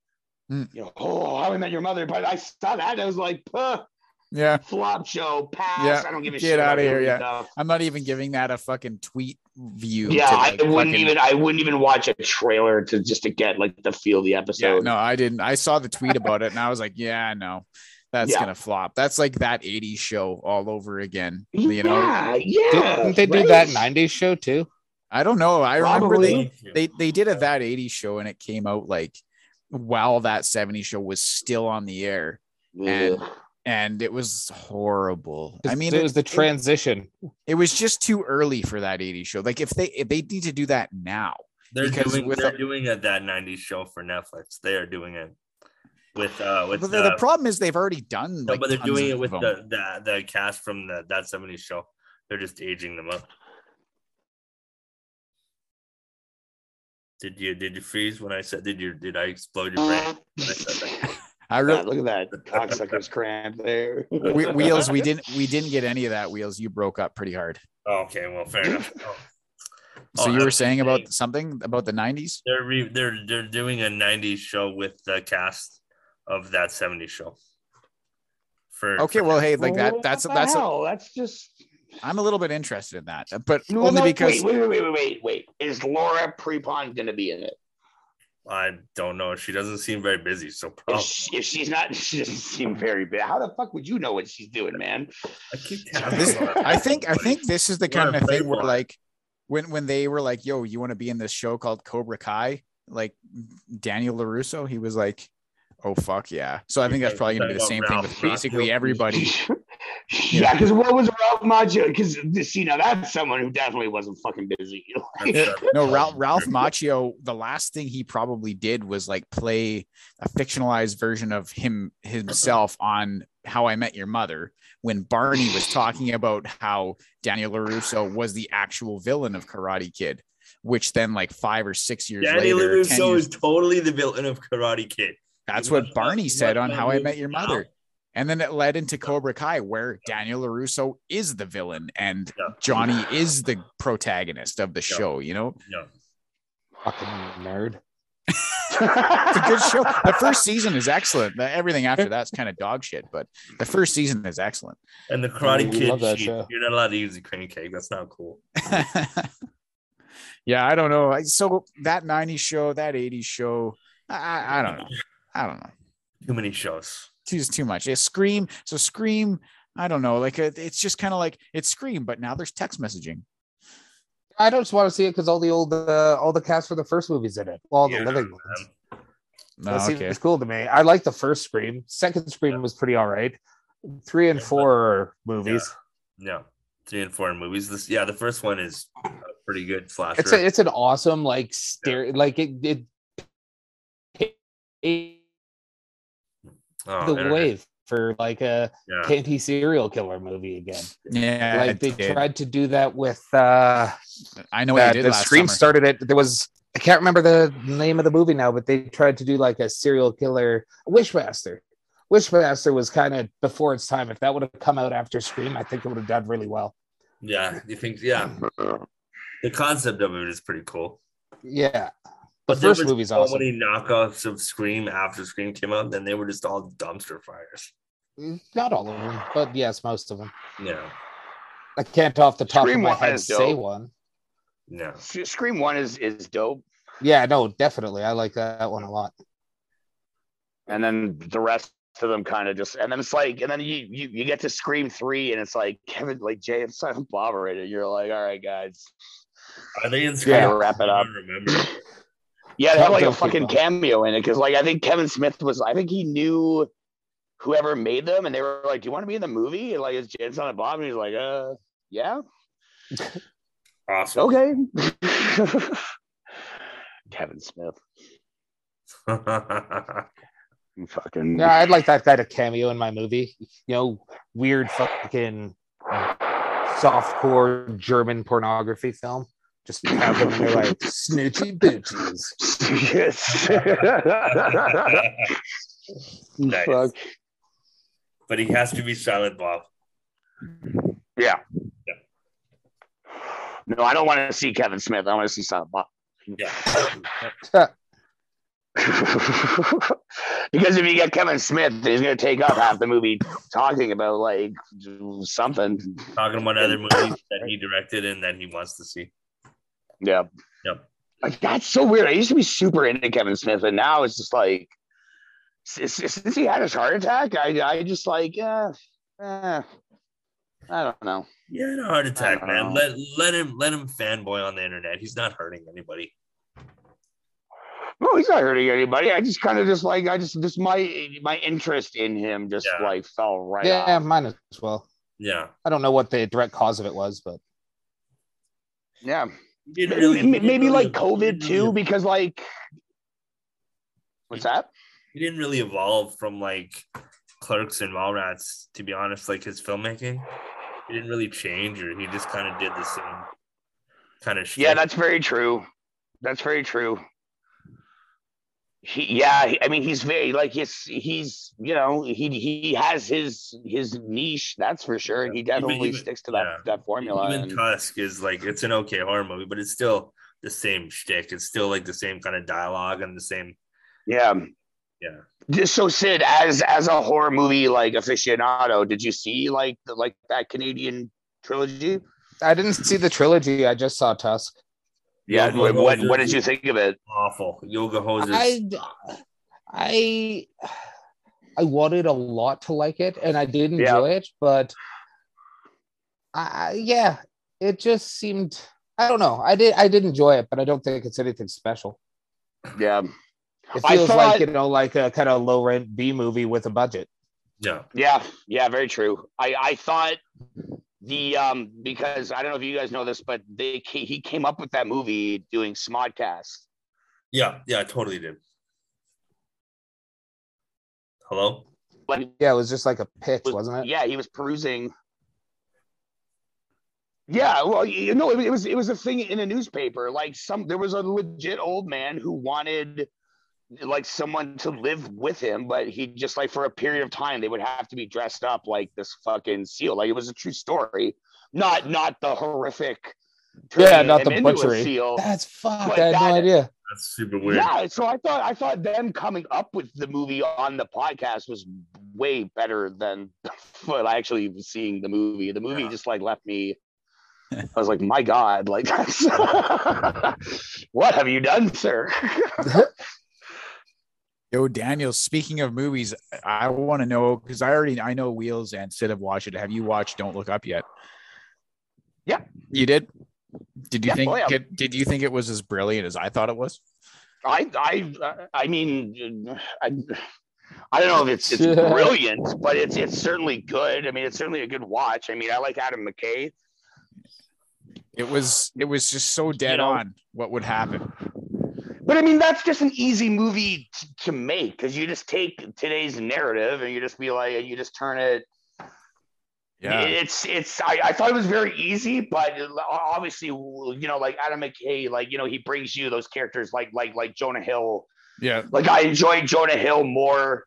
Mm. You know, oh, how I met your mother, but I saw that and I was like, "Puh, Yeah. flop show, pass. Yeah, I don't give a get shit. about outta here, Hulu yeah. stuff. I'm not even giving that a fucking tweet view. yeah, to, I like, wouldn't fucking- even I wouldn't even watch a trailer to just to get like the feel of the Yeah, episode. no, I didn't. I saw the tweet about it and I was like, yeah, no, that's Yeah. gonna flop. That's like that 80s show all over again. You know, yeah, yeah. Didn't they do right? that '90s show too? I don't know. I remember they, Probably. they they did a that 80s show and it came out like while that 70s show was still on the air Yeah. and it was horrible. I mean, it, was the transition. it was just too early for that 80s show. Like if they if they need to do that now. They're Because doing with they're a- doing a, that '90s show for Netflix. They are doing it with uh with but the, the, the problem is they've already done no, like but they're tons doing it of with them. the, the the cast from the that '70s show. They're just aging them up. Did you did you freeze when I said did you did I explode your brain? Yeah, I really look at that cocksucker's cramp there. Whe- wheels we didn't we didn't get any of that wheels you broke up pretty hard Okay, well, fair enough. Oh, So Oh, you I were was saying saying- about something about the '90s? They're re- they're they're doing a '90s show with the cast of that '70s show. For Okay, for- well, hey, like Well, that. what That's the that's. i hell? that's just I'm a little bit interested in that, uh, but Well, only no, because Wait, wait, wait, wait, wait, wait. Is Laura Prepon going to be in it? I don't know. She doesn't seem very busy, so If, Oh. probably. she- if she's not, she doesn't seem very bad. How the fuck would you know what she's doing, man? I keep This- telling I think I think this is the We're kind a of thing where playboy. like when when they were like, "Yo, you want to be in this show called Cobra Kai?" Like Daniel Larusso, he was like, "Oh fuck yeah!" So I think that's probably gonna be the same thing with basically everybody. yeah, because what was Ralph Macchio? Because see, now that's someone who definitely wasn't fucking busy. No, Ralph, Ralph Macchio. The last thing he probably did was like play a fictionalized version of him himself on How I Met Your Mother when Barney was talking about how Daniel Larusso was the actual villain of Karate Kid, which then like five or six years Danny later, 10 LaRusso years- is totally the villain of Karate Kid. that's He what was- Barney he said was on How I Barney Met Your now. Mother. And then it led into Cobra Kai, where Daniel LaRusso is the villain and Yeah. Johnny is the protagonist of the Yeah. show, you know? Yeah. Fucking nerd. it's a good show. The first season is excellent. The- Everything after that's kind of dog shit, but the first season is excellent. And the Karate Oh, we love Kid, that sheet. show. you're not allowed to use the crane cake. That's not cool. yeah, I don't know. I- So that '90s show, that '80s show, I, I, I don't know. I don't know. Too many shows. It's too much. It's Scream. So Scream. I don't know. Like it- it's just kind of like it's Scream, but now there's text messaging. I don't just want to see it because all the old uh, all the cast for the first movies in it. All the Yeah, living man. ones. No, that okay. seems cool to me. I like the first Scream. Second Scream was pretty all right. Three and Yeah. four are movies. No, three and four movies. This, yeah, the first one is a pretty good slasher. It's a, it's an awesome like stereo like it it, it Oh, the internet. wave for like a Yeah. campy serial killer movie again. Yeah, like it they did. Oh, tried to do that with uh I know that what you the did last Scream summer. started it. There was I can't remember the name of the movie now, but they tried to do like a serial killer Wishmaster. Wishmaster was kind of before its time. If that would have come out after Scream, I think it would have done really well. yeah, you think? Yeah, the concept of it is pretty cool. Yeah. The But there first was movie's so awesome. many knockoffs of Scream after Scream came out, then they were just all dumpster fires. Mm, Not all of them, but yes, most of them. Yeah, I can't off the top Scream of my one head is say dope. one. no. Scream One is is dope, Yeah, no, definitely. I like that one a lot. and then the rest of them kind of just, and then it's like, and then you you, you get to Scream Three, and it's like Kevin, like Jay and Silent Bob are in it. You're like, all right, guys, Are they in Scream? yeah, wrap it I up. don't remember. Yeah, they That had like a don't keep fucking up. cameo in it because, like, I think Kevin Smith was. I think he knew whoever made them, and they were like, "Do you want to be in the movie?" And like, it's Jensen and Bob, and he's like, "Uh, yeah, Awesome. okay." Kevin Smith, you fucking Yeah, I'd like that guy to cameo in my movie. You know, weird fucking softcore German pornography film. Just have them and they're like snoochie bitches. yes. Nice. Fuck. but he has to be Silent Bob. Yeah. Yeah. No, I don't want to see Kevin Smith. I want to see Silent Bob. Yeah. because if you get Kevin Smith, he's going to take up half the movie talking about like something. Talking about other movies that he directed and that he wants to see. Yeah. Yep. Like that's so weird. I used to be super into Kevin Smith, and now it's just like since, since he had his heart attack, I I just like uh, uh I don't know. Yeah, had a heart attack, man. know. Let let him let him fanboy on the internet. He's not hurting anybody. No, he's not hurting anybody. I just kind of just like I just just my my interest in him just Yeah. like fell right yeah, off. mine as well. Yeah, I don't know what the direct cause of it was, but Yeah. He didn't Maybe, really- he didn't maybe really- like he COVID didn't too, really- because like what's that? He didn't really evolve from like Clerks and Mallrats. To be honest, like his filmmaking, he didn't really change, or he just kind of did the same kind of shit. Yeah, that's very true. That's very true. he, yeah, he- I mean, he's very like he's he's you know he he has his his niche that's for sure, and he definitely even- sticks to that yeah. that formula. Even and- Tusk is like it's an okay horror movie, but it's still the same shtick. It's still like the same kind of dialogue and the same. yeah, Yeah. Just So Sid, as as a horror movie like aficionado, did you see like the, like that Canadian trilogy? I didn't see the trilogy. I just saw Tusk. Yeah, What what, what did you think of it? Awful yoga hoses. I, I, I wanted a lot to like it, and I did Yeah. enjoy it, but I, I- yeah, it just seemed. I don't know. I did. I did enjoy it, but I don't think it's anything special. Yeah, It I feels thought- like you know, like a kind of low rent B movie with a budget. no. yeah, yeah. Very true. I I thought the um because I don't know if you guys know this, but they ca- he came up with that movie doing Smodcast. Yeah. Yeah. I totally did. Hello. Like, Yeah, it was just like a pitch, was- wasn't it? yeah, he was perusing. Yeah, well, you know, it was it was a thing in a newspaper. Like some, there was a legit old man who wanted like someone to live with him, but he just like for a period of time they would have to be dressed up like this fucking seal. Like it was a true story, not not the horrific. Yeah, turning not him the into a butchery. seal. That's fuck. But I had that- no idea. That's super weird. Yeah, so I thought I thought them coming up with the movie on the podcast was way better than what I actually was seeing the movie. The movie Yeah. just like left me. I was like, my God, like that's what have you done, sir? Yo, Daniel. Speaking of movies, I want to know because I already I know Wheels and Sid have watched it. Have you watched Don't Look Up yet? Yeah. you did. Did you Yeah, think? oh, yeah. Did, did you think it was as brilliant as I thought it was? I I I mean I I don't know if it's it's brilliant, but it's it's certainly good. I mean, it's certainly a good watch. I mean, I like Adam McKay. It was. It was just so dead know- on. What would happen? But I mean, that's just an easy movie t- to make because you just take today's narrative and you just be like, you just turn it. It's, it's, I, I thought it was very easy, but uh, obviously, you know, like Adam McKay, like, you know, he brings you those characters like, like, like Jonah Hill. Yeah. Like, I enjoy Jonah Hill more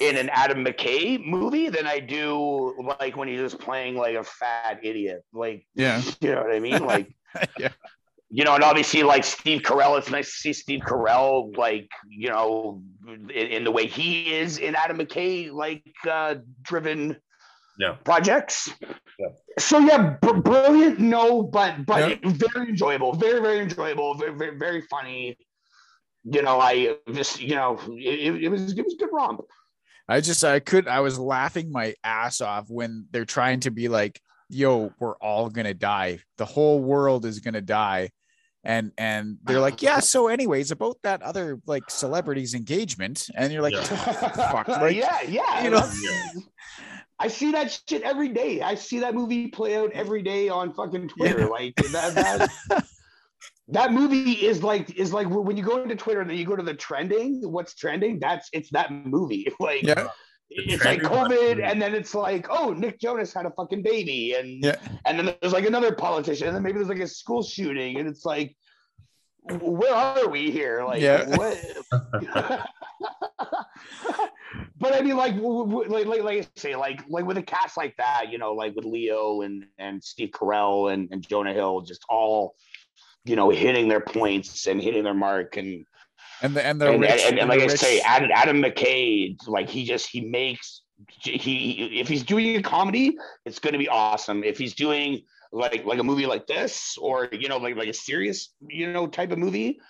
in an Adam McKay movie than I do like when he's just playing like a fat idiot. Like, Yeah. you know what I mean? Like, Yeah. you know, and obviously, like Steve Carell, it's nice to see Steve Carell, like, you know, in, in the way he is in Adam McKay, like, uh, driven Yeah. projects. Yeah. So, yeah, br- brilliant, no, but, Yeah. but very enjoyable, very, very enjoyable, very, very, very funny. You know, I just, you know, it, it- it was it was a good romp. I just I could I was laughing my ass off when they're trying to be like, yo, we're all gonna die. The whole world is gonna die. And and they're like, yeah. So, anyways, about that other like celebrities engagement, and you're like, fuck, like, yeah, yeah. you know, Yeah. I see that shit every day. I see that movie play out every day on fucking Twitter. Like that, that, that movie is like is like when you go into Twitter and then you go to the trending. What's trending? That's it's that movie. Like yeah, it's like trending one. COVID, and then it's like oh Nick Jonas had a fucking baby, and yeah, and then there's like another politician, and then maybe there's like a school shooting, and it's like where are we here? Like Yeah. what? but I mean, like, w- w- like, like, like I say, like, like with a cast like that, you know, like with Leo and and Steve Carell and, and Jonah Hill, just all, you know, hitting their points and hitting their mark, and and the and the and, rich, and, and, and the like I rich- say, Adam, Adam McKay, like he just he makes he if he's doing a comedy, it's going to be awesome. If he's doing like like a movie like this, or you know, like like a serious you know type of movie.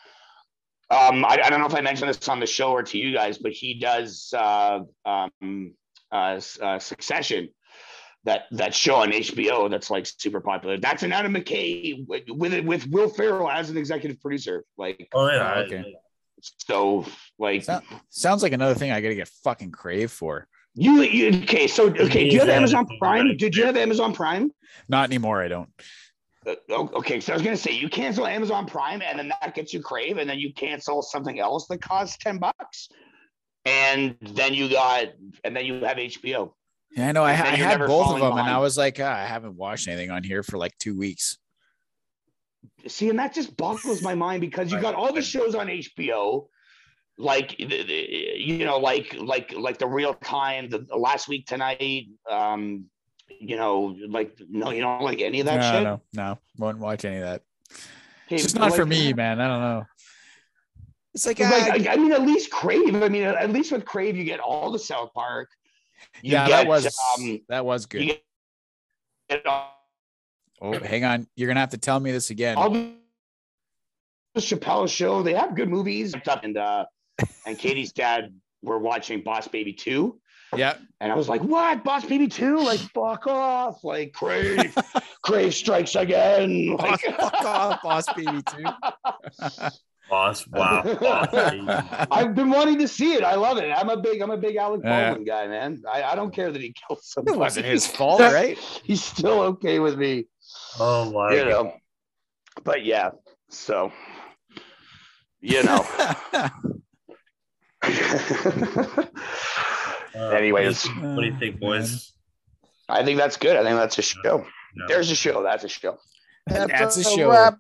Um, I, I don't know if I mentioned this on the show or to you guys, but he does uh, um, uh, S- uh, Succession, that that show on HBO that's like super popular. That's an Adam McKay with with, with Will Ferrell as an executive producer. Like Oh yeah. Oh, okay. so like Sound- sounds like another thing I gotta get fucking crave for. you, you okay so okay do you have Yeah. amazon prime did you have amazon prime Not anymore. I don't. Uh, o- okay so i was gonna say you cancel amazon prime and then that gets you crave and then you cancel something else that costs 10 bucks and then you got and then you have hbo Yeah, I know. I, I Then you're had never both of falling them, and I behind. was like, ah, I haven't watched anything on here for like two weeks. see and that just boggles my mind because you got all the shows on hbo like the- the- you know like like like the real time the, the last week tonight um you know like no you don't like any of that no, shit no, no, won't watch any of that. Okay, It's just but, not for like, me, man. I don't know. It's like, It's ah, Like, I, I mean, at least Crave. I mean, at least with Crave, you get all the South Park. You yeah, get, that was Um, that was good. you get- get all, oh, hang on, you're gonna have to tell me this again. all the the Chappelle Show. They have good movies. And uh, and Katie's dad were watching Boss Baby Two, yeah, and I was like, "What, Boss Baby Two? Like, fuck off! Like, Crave, Crave strikes again!" Boss- Like, fuck off, boss baby too. Boss, wow. Boss, baby. I've been wanting to see it. I love it. I'm a big, I'm a big Alec Yeah. Baldwin guy, man. I, I don't care that he killed somebody. it wasn't his fault, right? He's still okay with me. Oh my you god. know. But yeah, so you know. Uh, Anyways, what do you think, boys? I think that's good. I think that's a show. No. There's a show. That's a show. That's a That's a show. wrap.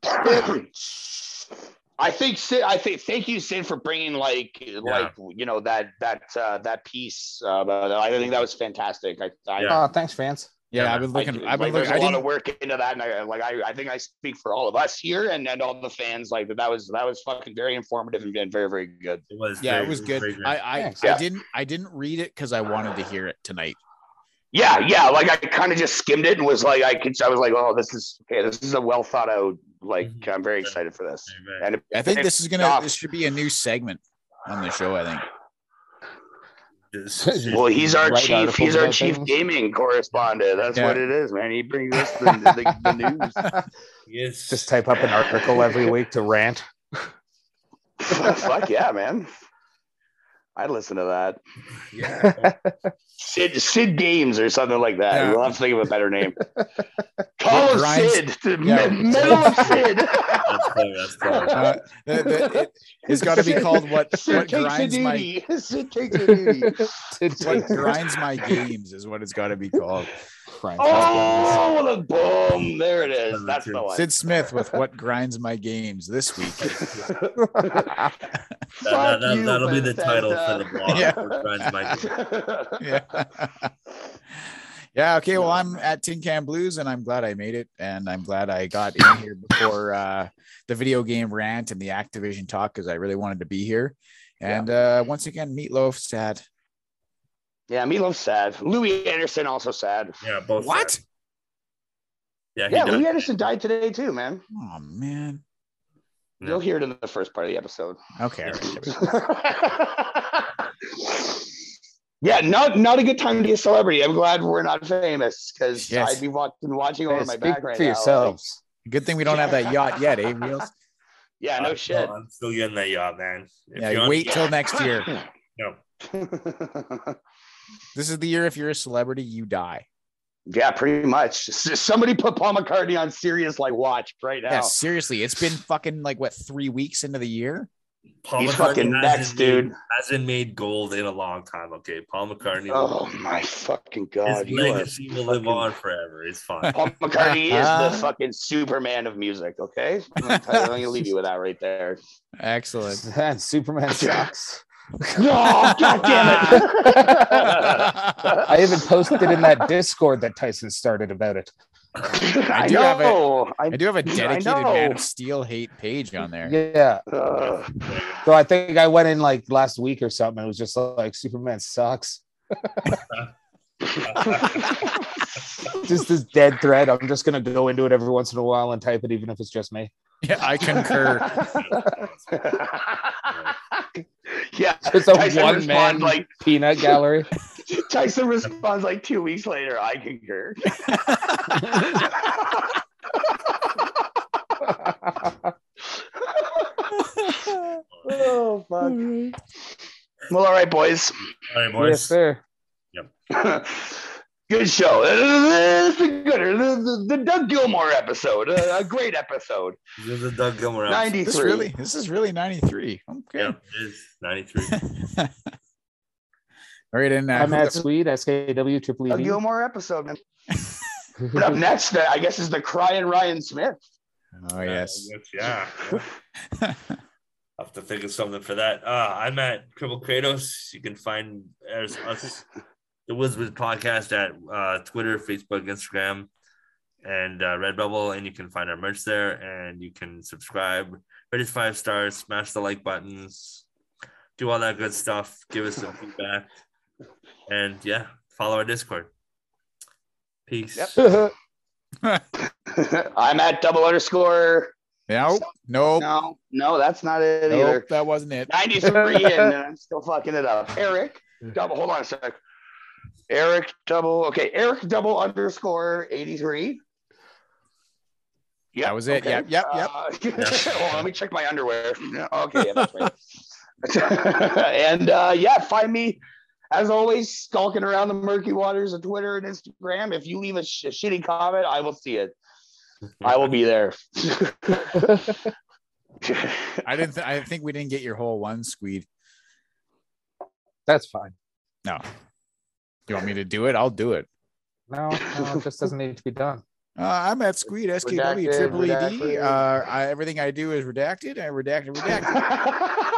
I think Sid. I think thank you, Sid, for bringing like like you know that that uh, that piece. Uh, but I think that was fantastic. I, I, Yeah. Oh, thanks, fans. Yeah, I've been I, looking. I've like, been there's a looking. I lot didn't, of work into that, and I like I, I think I speak for all of us here and, and all the fans. Like that, that was that was fucking very informative and very very good. It was yeah, very- it was good. very good. I I, Thanks. I Yeah. didn't I didn't read it because I wanted to hear it tonight. Yeah, yeah. Like I kind of just skimmed it and was like, I could, I was like, oh, this is okay. This is a well thought out. Like Mm-hmm. Mhm. I'm very excited for this. Very good. And it- I think it- this is gonna. Stop. This should be a new segment on the show. I think. This- well, he's our Write chief. He's articles our about chief things. gaming correspondent. That's Yeah. what it is, man. He brings us the, the, the news. Yes. Just type up an article every week to rant. Fuck yeah, man. I would listen to that. Yeah. Sid Sid Games or something like that. Yeah. We'll have to think of a better name. Call What of grinds- Sid. Yeah. Me- Metal of Sid. That's funny. That's funny. Uh, the- the- it- it's got to be called what what Sid takes a grinds my duty. Sid takes a duty. what grinds my games is what it's got to be called. Oh, the boom! There it is. That's the one. Sid Smith with what grinds my games this week. That, will be the title for the blog. Yeah. What grinds my gears. blog. Yeah. yeah. Okay. Well, I'm at Tin Can Blues, and I'm glad I made it, and I'm glad I got in here before uh, the video game rant and the Activision talk because I really wanted to be here. And uh, once again, Meatloaf sad. yeah, Meatloaf's sad. Louis Anderson also sad. Yeah, both. What? sides. Yeah, he Yeah, does. Louis Anderson died today too, man. Oh man. Yeah. You'll hear it in the first part of the episode. Okay. all right. yeah, not not a good time to be a celebrity. I'm glad we're not famous because Yes. I'd be watching watching over my Speak back right for now. yourselves. Good thing we don't have that yacht yet, eh, Wheels? Yeah, no I'm still- shit. Uh, I'm still getting that yacht, man. If Yeah. you're on- Wait till next year. No. This is the year if you're a celebrity, you die. yeah, pretty much. S- Somebody put Paul McCartney on serious like watch right now. Yeah. Seriously, it's been fucking like what three weeks into the year. Paul He's McCartney fucking hasn't made- next, dude. Hasn't made gold in a long time. Okay, Paul McCartney. Oh my fucking god! his You are- legacy will live on forever. It's fine. Paul McCartney is the fucking Superman of music. Okay, I'm gonna, tell you- I'm gonna leave you with that right there. Excellent. And Superman sucks. No, god damn it! I even posted in that Discord that Tyson started about it. I, do have a- know. I do have a dedicated know. Man of Steel hate page on there. Yeah. Ugh. So I think I went in like last week or something. and It was just like Superman sucks. uh. just this dead thread. I'm just gonna go into it every once in a while and type it, even if it's just me. Yeah, I concur. yeah, It's a Tyson one man responds like peanut gallery. Tyson responds like two weeks later. I concur. oh fuck! Well, all right, boys. All right, boys. yes, sir. good show. This is gooder. The, the, the Doug Gilmore episode. A, a great episode. This is Doug Gilmore. episode. Ninety this three. really, this is really ninety three. Okay. Yeah, it is 93. All right, and uh, I'm at Sweet SKW Triple Doug E. Gilmore episode. Man. But up next, uh, I guess is the crying Ryan Smith. oh yes, Yeah. yeah. a have to think of something for that. Uh, I'm at Cribble Kratos. You can find us, us the Wizards Podcast at uh, Twitter, Facebook, Instagram, and uh, Redbubble. And you can find our merch there. And you can subscribe, rate us five stars, smash the like buttons, do all that good stuff. Give us some feedback. And yeah, follow our Discord. Peace. I'm at double underscore. Yeah. Nope. No, no, that's not it Oh. Nope. either. That wasn't it. 93 in, and uh, I'm still fucking it up. Eric double. Hold on a sec. Eric double. Okay, Eric double underscore 83. Yeah, That was it. Yep, yep, yep. Uh, hold on, let me check my underwear. Yeah, Okay, yeah, that's right. and uh, yeah, find me as always skulking around the murky waters of Twitter and Instagram. If you leave a, sh- a shitty comment, I will see it. I will be there. I didn't. Th- I think we didn't get your whole one, Squeed. That's fine. No. You want me to do it? I'll do it. No, no, it just doesn't need to be done. Uh, I'm at Squeed. S K W Redacted, triple E D. redacted. Uh, I, everything I do is redacted. I redacted, redacted.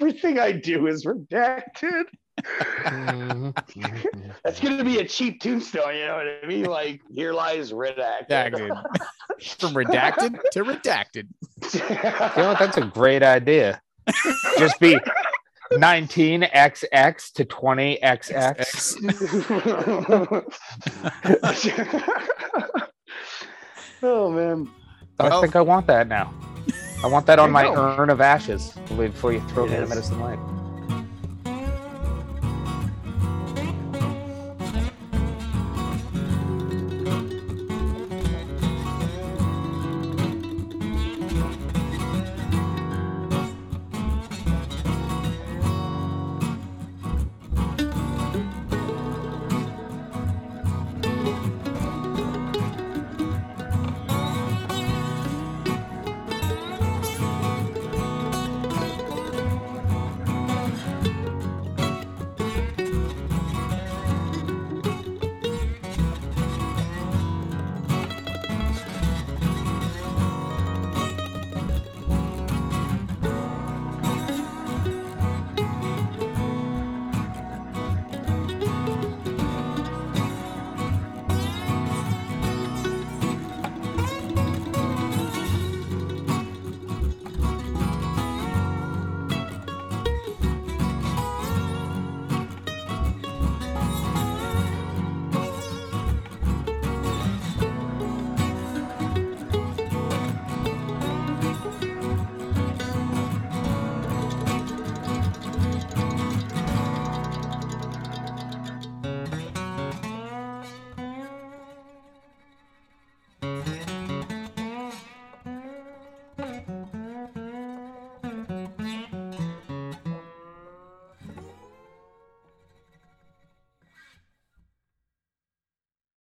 Everything I do is redacted. Mm-hmm. That's gonna be a cheap tombstone, you know what I mean? Like here lies redacted. redacted. From redacted to redacted. You know, what? that's a great idea. Just be 19XX to 20XX. oh man. I Well- think I want that now. I want that on my There you urn of ashes. Believe before you throw me in the Yes. medicine lane.